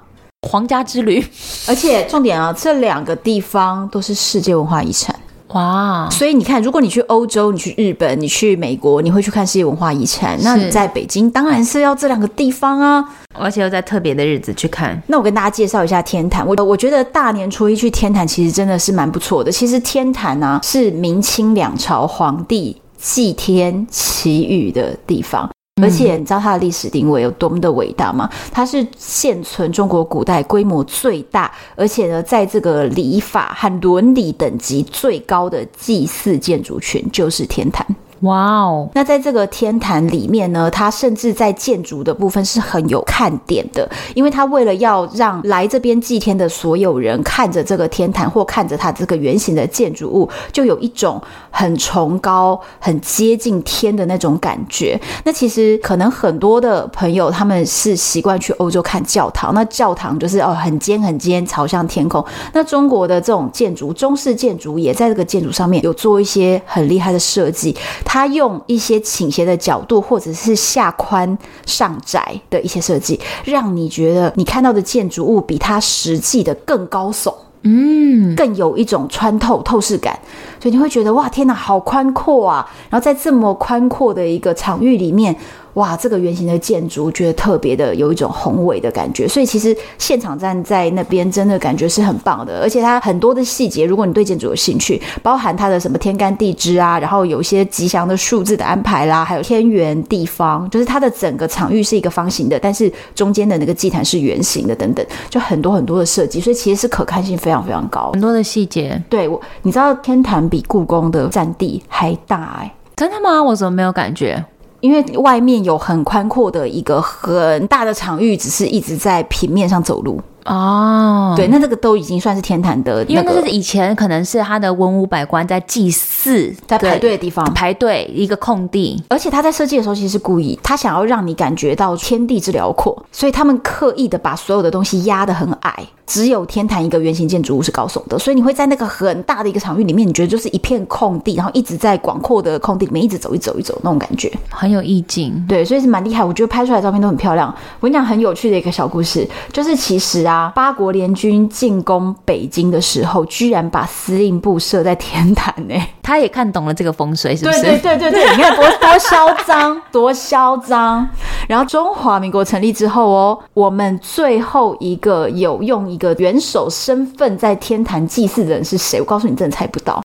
S3: 皇家之旅，
S2: 而且重点啊，这两个地方都是世界文化遗产。
S3: 哇，
S2: 所以你看，如果你去欧洲，你去日本，你去美国，你会去看世界文化遗产。那你在北京，当然是要这两个地方啊。
S3: 而且又在特别的日子去看，
S2: 那我跟大家介绍一下天坛。我我觉得大年初一去天坛，其实真的是蛮不错的。其实天坛呢、是明清两朝皇帝祭天祈雨的地方。而且你知道它的历史定位有多么的伟大吗？它是现存中国古代规模最大，而且呢，在这个礼法和伦理等级最高的祭祀建筑群就是天坛。
S3: 哇哦，
S2: 那在这个天坛里面呢，它甚至在建筑的部分是很有看点的，因为它为了要让来这边祭天的所有人看着这个天坛或看着它这个圆形的建筑物，就有一种很崇高、很接近天的那种感觉。那其实可能很多的朋友他们是习惯去欧洲看教堂，那教堂就是哦很尖很尖，朝向天空。那中国的这种建筑，中式建筑也在这个建筑上面有做一些很厉害的设计，它用一些倾斜的角度或者是下宽上窄的一些设计，让你觉得你看到的建筑物比它实际的更高耸。嗯，更有一种穿透透视感，所以你会觉得哇，天哪，好宽阔啊！然后在这么宽阔的一个场域里面，哇，这个圆形的建筑觉得特别的有一种宏伟的感觉。所以其实现场站在那边真的感觉是很棒的，而且它很多的细节，如果你对建筑有兴趣，包含它的什么天干地支啊，然后有一些吉祥的数字的安排啦，还有天圆地方，就是它的整个场域是一个方形的，但是中间的那个祭坛是圆形的，等等，就很多很多的设计，所以其实是可看性非常非常高
S3: 很。多的细节，
S2: 对我，你知道天坛比故宫的占地还大哎、
S3: 真的吗？我怎么没有感觉？
S2: 因为外面有很宽阔的一个很大的场域，只是一直在平面上走路。
S3: 哦，
S2: 对，，那这个都已经算是天坛嗯的、那个，
S3: 因为那是以前可能是他的文武百官在祭祀
S2: 在排
S3: 的
S2: 队的地方。
S3: 排队一个空地，
S2: 而且他在设计的时候其实是故意，他想要让你感觉到天地之辽阔，所以他们刻意的把所有的东西压得很矮，只有天坛一个圆形建筑物是高耸的，所以你会在那个很大的一个场域里面，你觉得就是一片空地，然后一直在广阔的空地里面一直走一走一走那种感觉。
S3: 很有意境。
S2: 对，所以是蛮厉害。我觉得拍出来的照片都很漂亮。我跟你讲，很有趣的一个小故事，就是其实啊，八国联军进攻北京的时候，居然把司令部设在天坛呢、
S3: 他也看懂了这个风水，是不是？
S2: 对对对对对， *laughs* 你看多多嚣张，多嚣张。然后中华民国成立之后哦，我们最后一个有用一个元首身份在天坛祭祀的人是谁？我告诉你，真的猜不到。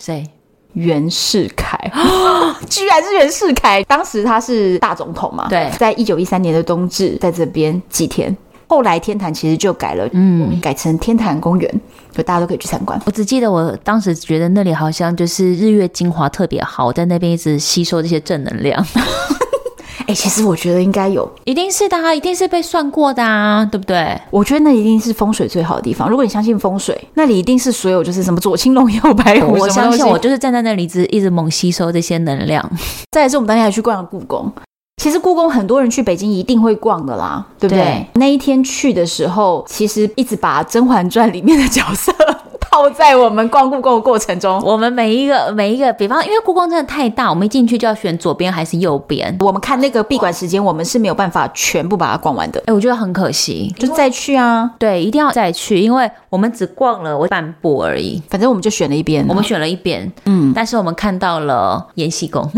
S3: 谁？
S2: 袁世凯， *gasps* 居然是袁世凯。当时他是大总统嘛？
S3: 对
S2: 在一九一三年的冬至，在这边祭天。后来天坛其实就改了，
S3: 嗯
S2: 改成天坛公园，就大家都可以去参观。
S3: 我只记得我当时觉得那里好像就是日月精华特别好，我在那边一直吸收这些正能量， *laughs*
S2: 哎、其实我觉得应该有，
S3: 一定是的、啊，一定是被算过的啊，对不对？
S2: 我觉得那一定是风水最好的地方。如果你相信风水，那里一定是所有就是什么左青龙右白虎，
S3: 我
S2: 什么
S3: 相
S2: 东西
S3: 信我就是站在那里一直一直猛吸收这些能量，
S2: 再来是我们当天还去逛了故宫。其实故宫很多人去北京一定会逛的啦，对不对？
S3: 对
S2: 那一天去的时候，其实一直把《甄嬛传》里面的角色 *laughs* 套在我们逛故宫的过程中。
S3: 我们每一个每一个，比方因为故宫真的太大，我们一进去就要选左边还是右边，
S2: 我们看那个闭馆时间，我们是没有办法全部把它逛完的，
S3: 哎、我觉得很可惜。
S2: 就再去啊。
S3: 对，一定要再去，因为我们只逛了我半步而已。
S2: 反正我们就选了一边，
S3: 我们选了一遍，
S2: 嗯，
S3: 但是我们看到了延禧宫，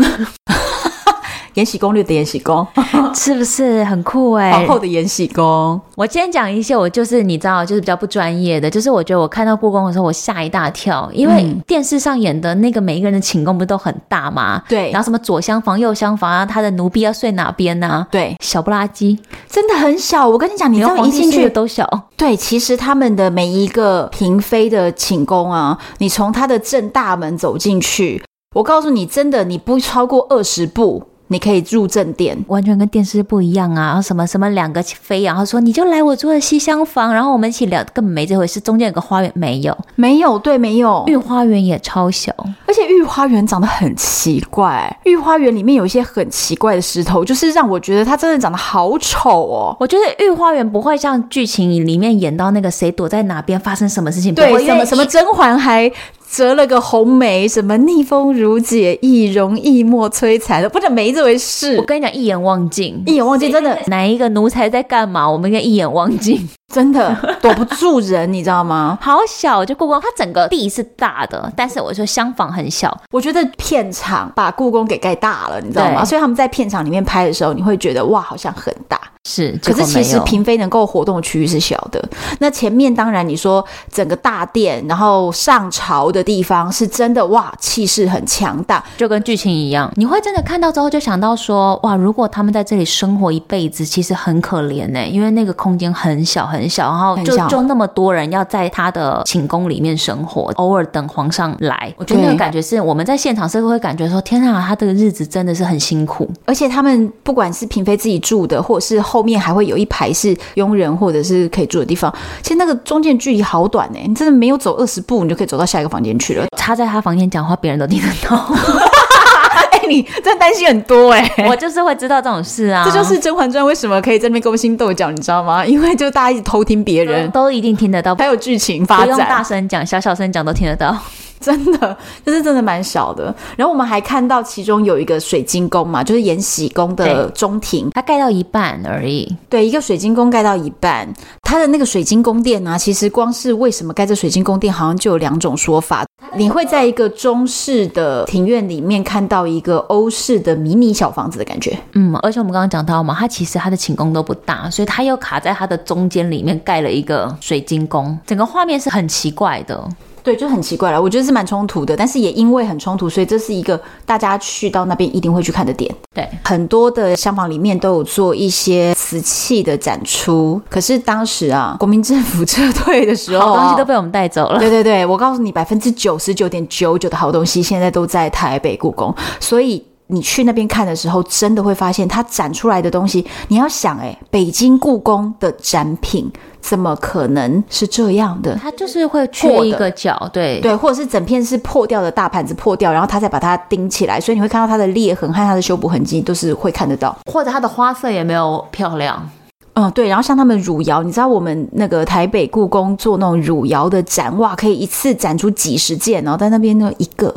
S2: 《延禧攻略》的延禧宫，
S3: *laughs* 是不是很酷哎、
S2: 皇后的延禧宫，
S3: 我今天讲一些我就是你知道，就是比较不专业的，就是我觉得我看到故宫的时候，我吓一大跳，因为电视上演的那个每一个人的寝宫不都很大吗？
S2: 对
S3: 然后什么左厢房、右厢房啊，他的奴婢要睡哪边呐、啊？
S2: 对，
S3: 小不拉几，
S2: 真的很小。我跟你讲，你知
S3: 连
S2: 道
S3: 皇
S2: 一
S3: 帝
S2: 进
S3: 睡的
S2: 去
S3: 都小，
S2: 对，其实他们的每一个嫔妃的寝宫啊，你从她的正大门走进去，我告诉你，真的，你不超过二十步，你可以入正殿。
S3: 完全跟电视不一样啊！然后什么什么两个妃，啊然后说你就来我住的西厢房，然后我们一起聊，根本没这回事。中间有个花园没有，
S2: 没有，对，没有。
S3: 御花园也超小，
S2: 而且御花园长得很奇怪，御花园里面有一些很奇怪的石头，就是让我觉得它真的长得好丑哦。
S3: 我觉得御花园不会像剧情里面演到那个谁躲在哪边发生什么事情，不
S2: 对，
S3: 会
S2: 什
S3: 因
S2: 么
S3: 为
S2: 什么甄嬛还。折了个红梅，什么逆风如解意，容易莫摧残的，不是没这回
S3: 我
S2: 事。
S3: 跟你讲，一眼望尽。
S2: 一眼望尽，真的
S3: 哪一个奴才在干嘛？我们应该一眼望尽。 *laughs*
S2: 真的躲不住人，你知道吗？
S3: 好小，就故宫，它整个地是大的，但是我说厢房很小。
S2: 我觉得片场把故宫给盖大了，你知道吗？
S3: 对
S2: 所以他们在片场里面拍的时候，你会觉得哇，好像很大，
S3: 是，
S2: 可是
S3: 结果没
S2: 其实
S3: 有
S2: 嫔妃能够活动的区域是小的。那前面当然你说整个大殿，然后上朝的地方是真的哇，气势很强大。
S3: 就跟剧情一样，你会真的看到之后就想到说，哇，如果他们在这里生活一辈子，其实很可怜呢、因为那个空间很小很小，然后
S2: 很
S3: 就
S2: 小
S3: 就那么多人要在他的寝宫里面生活，偶尔等皇上来，我觉得
S2: 对
S3: 那个感觉是我们在现场是会感觉说，天啊，他的日子真的是很辛苦。
S2: 而且他们不管是嫔妃自己住的，或者是后面还会有一排是佣人或者是可以住的地方，其实那个中间距离好短哎、你真的没有走二十步，你就可以走到下一个房间去了。
S3: 他在他房间讲话，别人都听得到。
S2: *laughs* 哎、你真的担心很多哎、
S3: 我就是会知道这种事啊，
S2: 这就是《甄嬛传》为什么可以在那边勾心斗角，你知道吗？因为就大家一直偷听别人，
S3: 都一定听得到，
S2: 还
S3: 嗯不
S2: 有剧情发
S3: 用大
S2: 展。
S3: 声讲，小小声讲都听得到。
S2: 真的，就是真的蛮小的。然后我们还看到其中有一个水晶宫嘛，就是延禧宫的
S3: 对
S2: 中庭，
S3: 它盖到一半而已。
S2: 对，一个水晶宫盖到一半，它的那个水晶宫殿呢、其实光是为什么盖这水晶宫殿，好像就有两种说法。你会在一个中式的庭院里面看到一个欧式的迷你小房子的感觉，
S3: 嗯，而且我们刚刚讲到嘛，它其实它的寝宫都不大，所以它又卡在它的中间里面盖了一个水晶宫，整个画面是很奇怪的。
S2: 对，就很奇怪了。我觉得是蛮冲突的，但是也因为很冲突，所以这是一个大家去到那边一定会去看的点。
S3: 对，
S2: 很多的厢房里面都有做一些瓷器的展出，可是当时啊，国民政府撤退的时候
S3: 好
S2: 啊、
S3: 东西都被我们带走了。
S2: 对对对，我告诉你，百分之九十九点九九的好东西现在都在台北故宫，所以。你去那边看的时候，真的会发现它展出来的东西。你要想、诶，北京故宫的展品怎么可能是这样的？
S3: 它就是会缺一个角，对
S2: 对，或者是整片是破掉的大盘子破掉，然后它再把它钉起来，所以你会看到它的裂痕和它的修补痕迹都是会看得到。
S3: 或者它的花色也没有漂亮，
S2: 嗯，对，然后像他们汝窑，你知道我们那个台北故宫做那种汝窑的展，哇，可以一次展出几十件，然后在那边呢一个，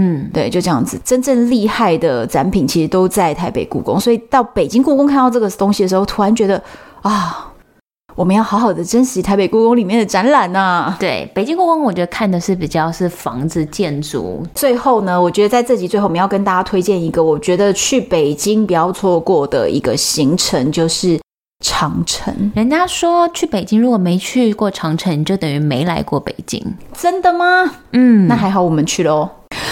S3: 嗯，
S2: 对，就这样子。真正厉害的展品其实都在台北故宫，所以到北京故宫看到这个东西的时候，突然觉得啊，我们要好好的珍惜台北故宫里面的展览啊呐、
S3: 对。北京故宫我觉得看的是比较是房子建筑，
S2: 最后呢，我觉得在这集最后，我们要跟大家推荐一个我觉得去北京不要错过的一个行程，就是长城。
S3: 人家说去北京如果没去过长城，就等于没来过北京，
S2: 真的吗？
S3: 嗯，
S2: 那还好我们去了哦。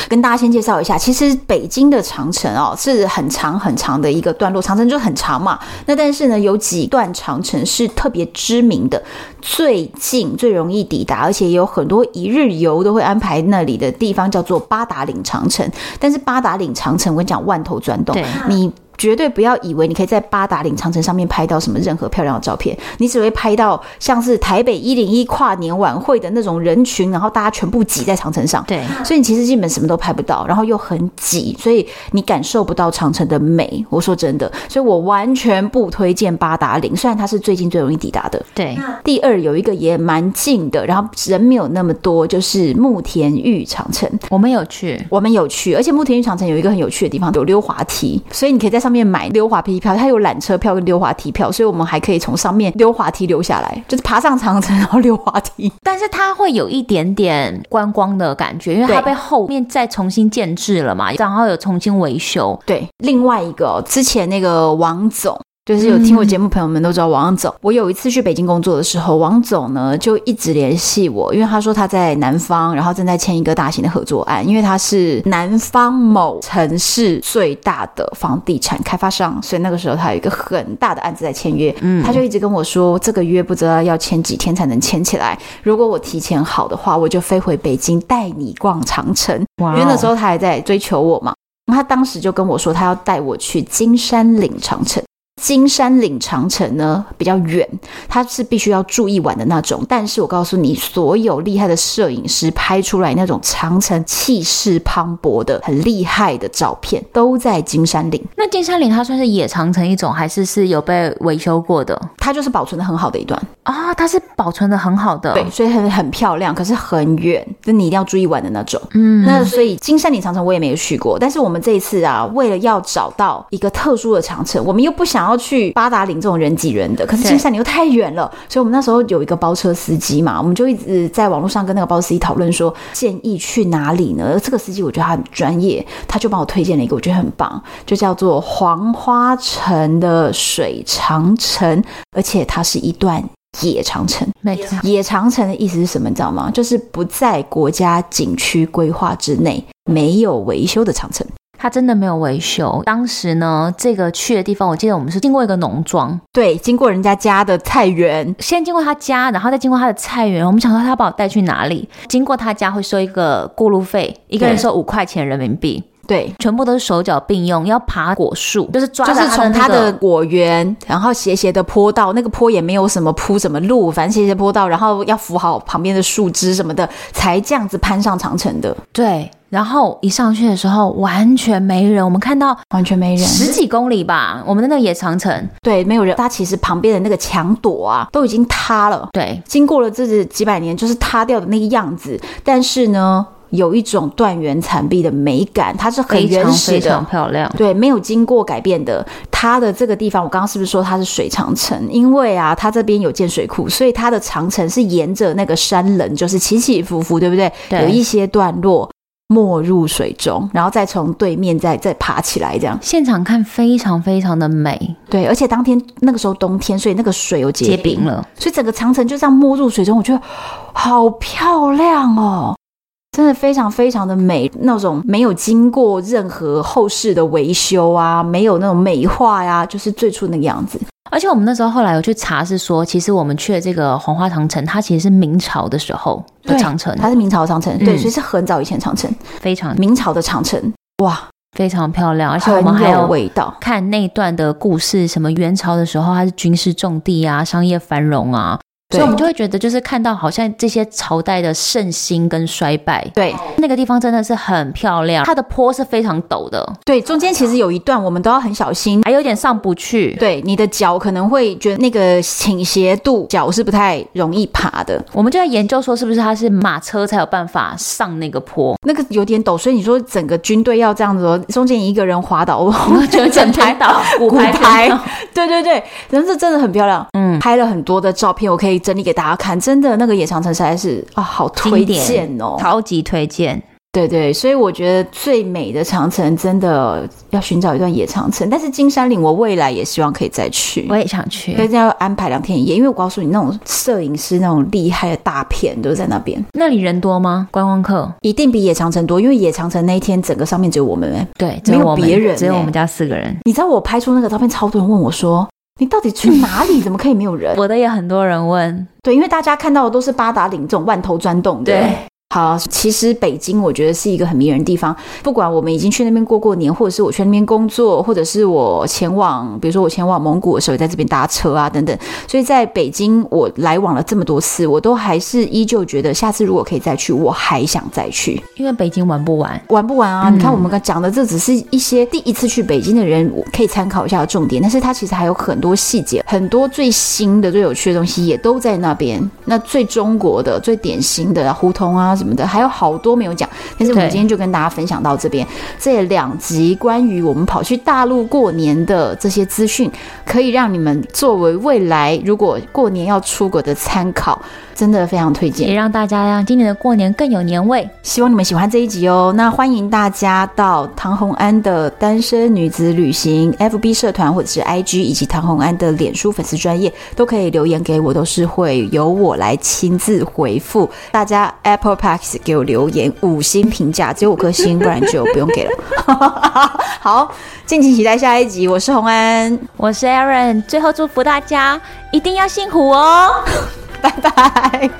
S2: 跟大家先介绍一下，其实北京的长城哦是很长很长的一个段落，长城就很长嘛。那但是呢，有几段长城是特别知名的，最近最容易抵达，而且有很多一日游都会安排那里的地方叫做八达岭长城。但是八达岭长城，我跟你讲，万头钻洞
S3: 对，
S2: 你。绝对不要以为你可以在八达岭长城上面拍到什么任何漂亮的照片，你只会拍到像是台北一零一跨年晚会的那种人群，然后大家全部挤在长城上。
S3: 对。
S2: 所以你其实基本什么都拍不到，然后又很挤，所以你感受不到长城的美。我说真的，所以我完全不推荐八达岭，虽然它是最近最容易抵达的。
S3: 对，
S2: 第二有一个也蛮近的，然后人没有那么多，就是慕田峪长城。
S3: 我们有去，
S2: 我们有去，而且慕田峪长城有一个很有趣的地方，有溜滑梯，所以你可以在上面买溜滑梯票，它有缆车票跟溜滑梯票，所以我们还可以从上面溜滑梯溜下来，就是爬上长城然后溜滑梯。
S3: 但是它会有一点点观光的感觉，因为它
S2: 对
S3: 被后面再重新建制了嘛，然后有重新维修，
S2: 对，另外一个、哦、之前那个王总。就是有听我节目朋友们都知道王总，我有一次去北京工作的时候，王总呢就一直联系我，因为他说他在南方，然后正在签一个大型的合作案，因为他是南方某城市最大的房地产开发商，所以那个时候他有一个很大的案子在签约，嗯，他就一直跟我说这个约不知道要签几天才能签起来，如果我提前好的话，我就飞回北京带你逛长城，
S3: 哇
S2: 因为那时候他还在追求我嘛。他当时就跟我说，他要带我去金山岭长城。金山岭长城呢比较远，它是必须要住一晚的那种。但是我告诉你，所有厉害的摄影师拍出来那种长城气势磅礴的、很厉害的照片，都在金山岭。
S3: 那金山岭它算是野长城一种，还是是有被维修过的
S2: 它就是保存的很好的一段，
S3: 啊、它是保存的很好的，
S2: 对，所以很很漂亮，可是很远，就你一定要住一晚的那种。
S3: 嗯，
S2: 那所以金山岭长城我也没有去过，但是我们这一次啊，为了要找到一个特殊的长城，我们又不想要去八达岭这种人挤人的，可是
S3: 对
S2: 金山岭又太远了，所以我们那时候有一个包车司机嘛，我们就一直在网络上跟那个包司机讨论说建议去哪里呢？这个司机我觉得他很专业，他就帮我推荐了一个我觉得很棒，就叫做黄花城的水长城，而且它是一段野长城。
S3: 没错，
S2: 野长城的意思是什么？你知道吗？就是不在国家景区规划之内，没有维修的长城。
S3: 它真的没有维修。当时呢，这个去的地方，我记得我们是经过一个农庄，
S2: 对，经过人家家的菜园，
S3: 先经过他家，然后再经过他的菜园。我们想说他把我带去哪里？经过他家会收一个过路费，一个人收五块钱人民币，
S2: 对，
S3: 全部都是手脚并用，要爬果树，就是抓
S2: 就
S3: 着
S2: 是从
S3: 它
S2: 它
S3: 那
S2: 的
S3: 个
S2: 果园，然后斜斜的坡道，那个坡也没有什么铺什么路，反正斜斜坡道，然后要扶好旁边的树枝什么的，才这样子攀上长城的，
S3: 对。然后一上去的时候完全没人，我们看到
S2: 完全没人。
S3: 十几公里吧，我们的那个野长城，
S2: 对，没有人。它其实旁边的那个墙垛啊，都已经塌了。
S3: 对，
S2: 经过了这几百年，就是塌掉的那个样子。但是呢，有一种断垣残壁的美感，它是很
S3: 非
S2: 原
S3: 常
S2: 始
S3: 非
S2: 的
S3: 常。漂亮。
S2: 对，没有经过改变的，它的这个地方，我刚刚是不是说它是水长城？因为啊，它这边有建水库，所以它的长城是沿着那个山棱，就是起起伏伏，对不对？
S3: 对
S2: 有一些段落没入水中，然后再从对面再再爬起来，这样。
S3: 现场看非常非常的美，
S2: 对，而且当天那个时候冬天，所以那个水有结
S3: 结
S2: 冰，
S3: 冰了。
S2: 所以整个长城就这样没入水中，我觉得好漂亮哦。真的非常非常的美，那种没有经过任何后世的维修啊，没有那种美化呀、就是最初那个样子。
S3: 而且我们那时候后来有去查，是说其实我们去的这个黄花长城，它其实是明朝的时候的
S2: 对
S3: 长城，
S2: 它是明朝的长城，
S3: 嗯
S2: 对，所以是很早以前长城，
S3: 非常
S2: 明朝的长城，哇，
S3: 非常漂亮。而且我们
S2: 很
S3: 还
S2: 有
S3: 有
S2: 味道。
S3: 看那段的故事，什么元朝的时候它是军事重地啊，商业繁荣啊，所
S2: 对
S3: 以我们就会觉得就是看到好像这些朝代的盛兴跟衰败，
S2: 对
S3: 那个地方真的是很漂亮，它的坡是非常陡的，
S2: 对，中间其实有一段我们都要很小心，
S3: 还有点上不去。
S2: 对，你的脚可能会觉得那个倾斜度，脚是不太容易爬的。
S3: 我们就在研究说是不是它是马车才有办法上那个坡，
S2: *laughs* 那个有点陡，所以你说整个军队要这样子哦，中间一个人滑倒，我 *laughs* 我觉得
S3: *laughs*
S2: 整排
S3: 倒，
S2: *laughs* 骨
S3: 骨
S2: 牌
S3: 全倒，
S2: 对对对，但是真的很漂亮，
S3: *laughs* 嗯，
S2: 拍了很多的照片，我可以整理给大家看。真的，那个野长城实在是啊，好推荐哦。
S3: 超级推荐。
S2: 对对，所以我觉得最美的长城真的要寻找一段野长城，但是金山岭我未来也希望可以再去
S3: 我。也想去
S2: 所以，要安排两天一夜，因为我告诉你，那种摄影师那种厉害的大片都在那边，
S3: 那里人多吗？观光客？
S2: 一定比野长城多。因为野长城那一天整个上面只有我们、欸，
S3: 对，只有
S2: 没有
S3: 我们，
S2: 别人
S3: 只有
S2: 欸
S3: 我们家四个人。
S2: 你知道我拍出那个照片，超多人问我说：“你到底去哪里？怎么可以没有人
S3: 我的也很多人问，？”
S2: 对，因为大家看到的都是八达岭这种万头钻洞的。
S3: 对，
S2: 好，其实北京我觉得是一个很迷人的地方。不管我们已经去那边过过年，或者是我去那边工作，或者是我前往，比如说我前往蒙古的时候，也在这边搭车啊等等。所以在北京，我来往了这么多次，我都还是依旧觉得，下次如果可以再去，我还想再去。
S3: 因为北京玩不完。
S2: 玩不玩啊？
S3: 嗯
S2: 你看我们刚讲的，这只是一些第一次去北京的人我可以参考一下的重点，但是它其实还有很多细节，很多最新的、最有趣的东西也都在那边。那最中国的、最典型的胡同啊什么的，还有好多没有讲。但是我们
S3: 对
S2: 今天就跟大家分享到这边，这两集关于我们跑去大陆过年的这些资讯，可以让你们作为未来如果过年要出国的参考，真的非常推荐
S3: 也。让大家让今年的过年更有年味。
S2: 希望你们喜欢这一集哦。那欢迎大家到唐红安的单身女子旅行 FB 社团或者是 IG，以及唐红安的脸书粉丝专业都可以留言给我，都是会由我来亲自回复。大家 Apple Packs 给我留言五星评价，只有五颗星，不然就不用给了。 *laughs* 好，敬请期待下一集。我是红安，
S3: 我是 Aaron，最后祝福大家一定要幸福哦。
S2: 拜拜。